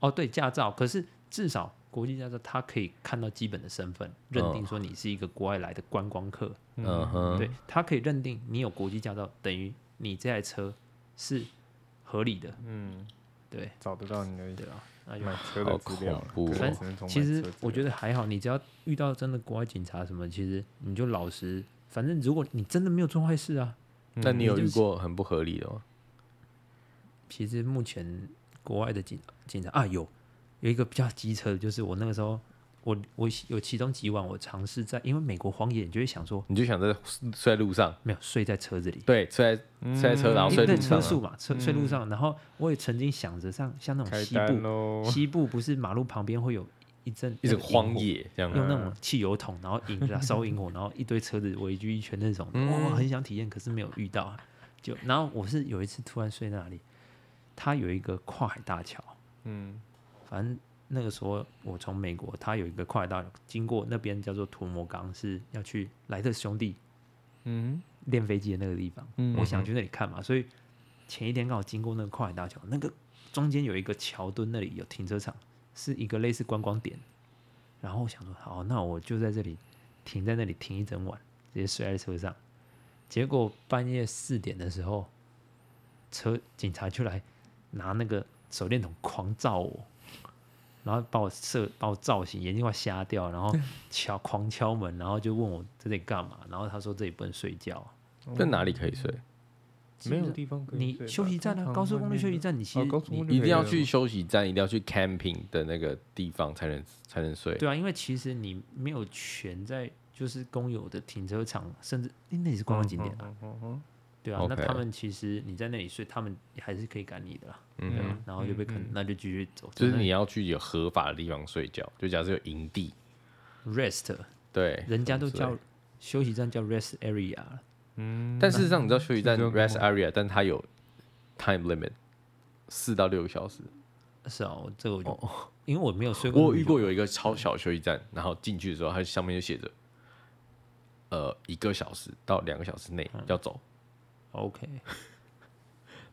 C: 哦，对，驾照，可是至少国际驾照它可以看到基本的身份，认定说你是一个国外来的观光客，
A: 嗯哼，
C: 对，它可以认定你有国际驾照，等于你这台车是合理的，
B: 嗯，
C: 对
B: 找得到你的
C: 对啊。那就
B: 买车的资料
A: 好恐怖哦
B: 了，对
C: 其实我觉
B: 得
C: 得还好，你只要遇到真的国外警察什么，其实你就老实，反正如果你真的没有做坏事啊，
A: 那你有
C: 你
A: 遇
C: 就是
A: 过很不合理的吗？
C: 其实目前国外的警警察啊，有有一个比较机车的，就是我那个时候，我我有其中几晚我尝试在，因为美国荒野，你就会想说
A: 你就想在睡在路上，
C: 没有睡在车子里，
A: 对，睡在睡在车，然后
C: 因
A: 睡
C: 为
A: 路
C: 那
A: 上
C: 车
A: 啊。
C: 速嘛，车睡路上，然后我也曾经想着像像那种
B: 嗯开
C: 西
B: 单
C: 部
B: 喽，
C: 西部不是马路旁边会有一阵
A: 一
C: 那
A: 种
C: 个萤
A: 荒
C: 火
A: 野这样
C: 用那种汽油桶，然后引着烧萤火，然后一堆车子围居一圈那种，
A: 嗯
C: 我很想体验，可是没有遇到啊。就然后我是有一次突然睡那里，它有一个跨海大桥，
B: 嗯，
C: 反正那个时候我从美国，它有一个跨海大桥，经过那边叫做涂摩港，是要去莱特兄弟
B: 嗯
C: 练飞机的那个地方，
B: 嗯
C: 我想去那里看嘛，所以前一天刚好经过那个跨海大桥，那个中间有一个桥墩，那里有停车场，是一个类似观光点。然后我想说，好，那我就在这里停在那里停一整晚，直接睡在车上。结果半夜四点的时候，车警察就来拿那个手电筒狂照我，然后把我射把我照醒，眼睛快瞎掉，然后敲狂敲门，然后就问我这里干嘛，然后他说这里不能睡觉，
A: 在哪里可以睡？
B: 没有地方可以睡
C: 你
B: 吧
C: 休息站啊，
B: 通常
C: 高速公
B: 外
C: 路
B: 面
C: 休息
B: 的
C: 站，你其
B: 哦
C: 实
B: 高速
C: 你
B: 公路
A: 一定要
B: 可以
A: 去休息站，一定要去 camping 的那个地方才能才能睡。
C: 对啊，因为其实你没有权在就是公有的停车场，甚至、诶那也是观光景点啊，
B: 嗯嗯嗯
C: 对啊。那
A: OK
C: 他们其实你在那里睡，他们还是可以赶你的啦，
A: 嗯
C: 对
A: 哼，
C: 啊然后就被坑，那就继续走。
A: 就是
C: 那
A: 你要去有合法的地方睡觉，就假设有营地，
C: rest，
A: 对，
C: 人家都
A: 什么之类
C: 叫休息站叫 rest area 了
B: 嗯
A: 但事实上，你知道休息站
B: 这就
A: rest area，但它有 time limit，四到六个小时。
C: 是啊，我这个我就、因为我没有睡过，
A: 哦我有遇过有一个超小休息站，然后进去的时候，它上面就写着，呃，一个小时到两个小时
C: 嗯
A: 内要走，
C: OK。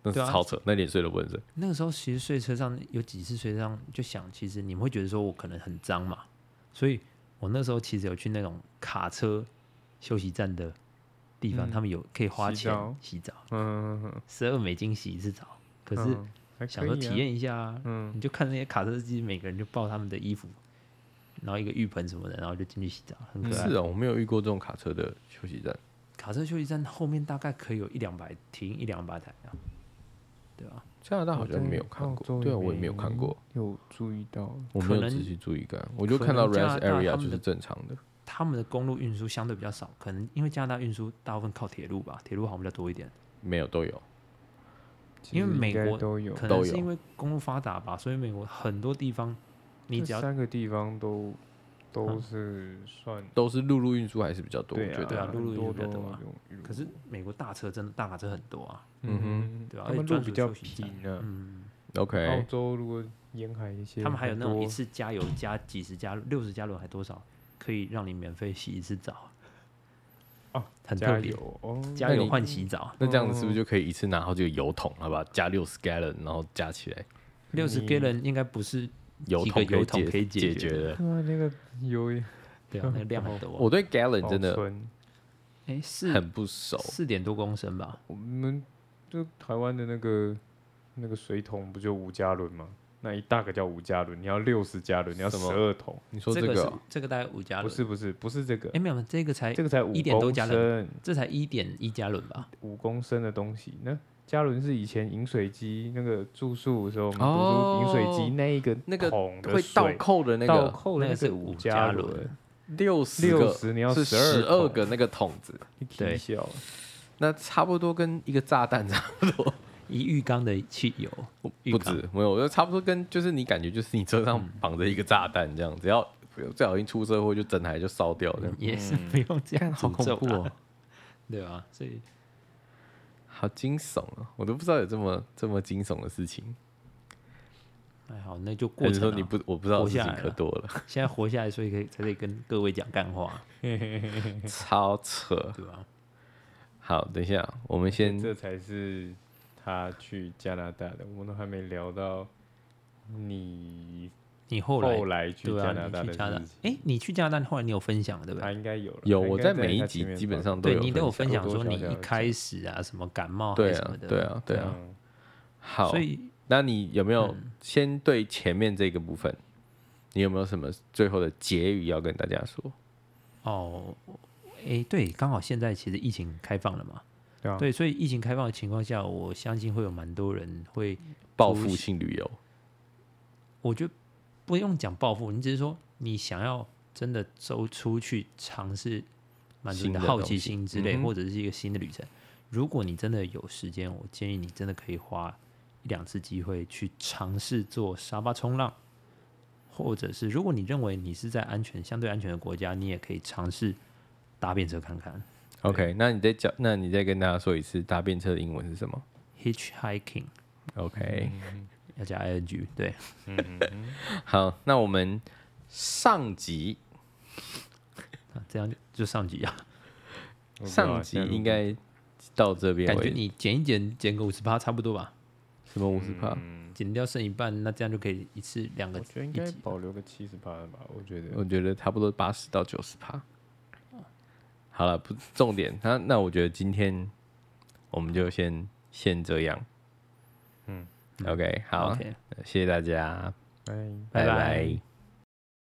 A: 那是
C: 对啊
A: 超扯，那连睡都不能睡。
C: 那个时候其实睡车上有几次睡车上就想，其实你们会觉得说我可能很脏嘛，所以我那时候其实有去那种卡车休息站的地方，
B: 嗯
C: 他们有可以花
B: 洗
C: 钱
B: 澡
C: 洗澡，
B: 嗯嗯嗯
C: 十二美金洗一次澡，可是
B: 嗯还
C: 想
B: 可
C: 说
B: 以啊
C: 体，验一下啊，
B: 嗯，
C: 你就看那些卡车司机，每个人就抱他们的衣服，然后一个浴盆什么的，然后就进去洗澡，很可爱。
A: 是啊，我没有遇过这种卡车的休息站。
C: 卡车休息站后面大概可以有一两百停一两百台啊，对吧？
A: 加拿大好
B: 我
A: 像
B: 在
A: 没
C: 哦
A: 有看
B: 澳洲
A: 过，对啊，
B: 也
A: 我也没有看过，
B: 有注意到，
A: 我没有
C: 可能
A: 仔细注意看，我就
C: 可
A: 看到
C: 能加
A: rest
C: 拿大
A: area
C: 他
A: 就
C: 们
A: 是
C: 的
A: 正常的。
C: 他们的公路运输相对比较少，可能因为加拿大运输大部分靠铁路吧，铁路好像比较多一点。
A: 没有都有，
B: 其
C: 因为
B: 实应
C: 美
B: 该
C: 国
B: 都有，
C: 可
A: 都
C: 能是
A: 有
C: 因为公路发达吧，所以美国很多地方你
B: 这
C: 只要
B: 三个地方都都
C: 嗯
B: 是算
A: 都是陆路运输还是比较多，我觉
B: 啊，
C: 对
A: 得。
C: 啊陆
B: 很
C: 路
B: 多
C: 也比较
B: 都
C: 多啊
B: 有
C: 可是美国大车真的大卡车很多啊，
A: 嗯哼
B: 嗯
C: 对啊
B: 他
C: 而且
B: 们路
C: 专属
B: 比较
C: 休息站
B: 平啊，
C: 嗯，
B: 澳
A: OK，
B: 洲如果沿海一些，
C: 他们还有那种一
B: 多
C: 次加油加几十加六十加仑还多少，可以让你免费洗一次澡，
B: 哦，
C: 很特
B: 加
C: 别，
B: 油哦，
C: 加
A: 那
C: 油
A: 你
C: 换洗澡，
A: 那这样子是不是就可以一次拿好几个油桶，好吧？加六十 gallon，然后加起来，
C: 六十
B: 你
C: gallon 应该不是
A: 油
C: 几
A: 桶
C: 个
A: 可以
C: 油桶可
A: 解
C: 以解
A: 决
C: 决
A: 的。
B: 哇， [laughs] 那
C: [laughs]
B: 个油也
C: 对啊，那个量很多
A: 我
C: 啊，
A: 对 gallon
B: 好
A: 真的
B: 纯
C: 哎四
A: 很不熟，
C: 四点多公升吧，
B: 我们就台湾的那个那个水桶不就五加仑吗？那一大个叫五加仑，你要六十加仑，你要
A: 什
B: 十
A: 么
B: 二桶，
A: 你说这
C: 个
A: 个
C: 是
A: 哦
C: 这个大概五加
B: 不
C: 仑，
B: 是不是不是这个，
C: 哎没有，这个才
B: 这个才五
C: 一点多
B: 公
C: 加
B: 升，
C: 这才一点一加仑吧，
B: 五公升的东西。那加仑是以前饮水机那个住宿的时候，我们
A: 哦
B: 读书饮水机那一个
A: 那个
B: 桶的
A: 会倒
B: 水
A: 扣哦的那
B: 倒
A: 个
B: 扣的
C: 那个
B: 个
C: 是
B: 五
C: 五
B: 加
C: 加
B: 仑
C: 仑，
A: 六十
B: 六
A: 个
B: 十你要
A: 是
B: 十
A: 十二
B: 二
A: 个那个桶子，
C: 对
B: 对，小
A: 那差不多跟一个炸弹差不多，
C: 一浴缸的汽油，
A: 不止没有，我就差不多跟就是你感觉就是你车上绑着一个炸弹这样，只要不小心出车祸就整台就烧掉这样，
C: 也是不用这样
A: 看好
C: 诅咒
A: 恐怖
C: 啦
A: 哦，
C: 对啊，所以
A: 好惊悚啊！我都不知道有这么这么惊悚的事情，
C: 还好，那就
A: 或
C: 过
A: 者
C: 程
A: 说
C: 啊、
A: 你不我不知道的事
C: 活
A: 情
C: 下来
A: 可
C: 了
A: 多了，
C: [laughs] 现在活下来，所以可以才可以跟各位讲干话，
A: 超扯。
C: 对吧、
A: 好，等一下，我们先
B: 这才是他去加拿大的。我们都还没聊到你
C: 你后来
B: 后来去
C: 对
B: 加
C: 啊，
B: 拿大
C: 你
B: 的
C: 去加拿大
B: 事，情，
C: 哎、你去加拿大后来你有分享对不
B: 他
C: 对？
B: 应该有了。
A: 有
B: 他应
A: 我
B: 该
A: 在
B: 在
A: 每一
B: 他
A: 集
B: 前面
A: 基本
B: 吧
A: 上都
C: 对
A: 有
C: 你都有分享
B: 多
C: 说
B: 多
C: 你
B: 少少
C: 一
B: 有
C: 开始啊什么感冒还
A: 对
C: 是什
A: 啊
C: 么的，
A: 对啊对啊。
B: 嗯
A: 好，
C: 以嗯
A: 那你有没有先对前面这个部分，你有没有什么最后的结语要跟大家说？
C: 哦，哎、对，刚好现在其实疫情开放了嘛，
B: 对啊，
C: 对，所以疫情开放的情况下，我相信会有蛮多人会，
A: 报复性旅游，
C: 我觉得不用讲报复，你只是说你想要真的走出去尝试满足你的
A: 新的
C: 好
A: 东
C: 奇
A: 西
C: 心之
A: 嗯
C: 类，
A: 哼
C: 或者是一个新的旅程。如果你真的有时间，我建议你真的可以花一两次机会去尝试做沙发冲浪，或者是如果你认为你是在安全、相对安全的国家，你也可以尝试搭便车看看
A: OK，那你再讲，那你再跟大家说一次搭便车的英文是什么
C: hitchhiking，
A: ？OK，、
C: 要加 ing 对。
A: [laughs] 好，那我们上集
C: 啊，这样就就上集啊。
B: 我不知道
A: 上集
B: 现在录
A: 应该到这边
C: 感觉
A: 为止，
C: 你减一减，减个五十趴差不多吧，
A: 什么五
B: 嗯
A: 十趴？
C: 减掉剩一半，那这样就可以一次两个
B: 我觉得应
C: 一
B: 该
C: 集。
B: 保留个七十趴吧，我觉得
A: 我觉得差不多八十到九十趴。好了，不重点。那那我觉得今天我们就先先这样。嗯，OK，好
C: OK，
A: 谢谢大家，
B: 哎。
A: 拜
C: 拜拜
A: 拜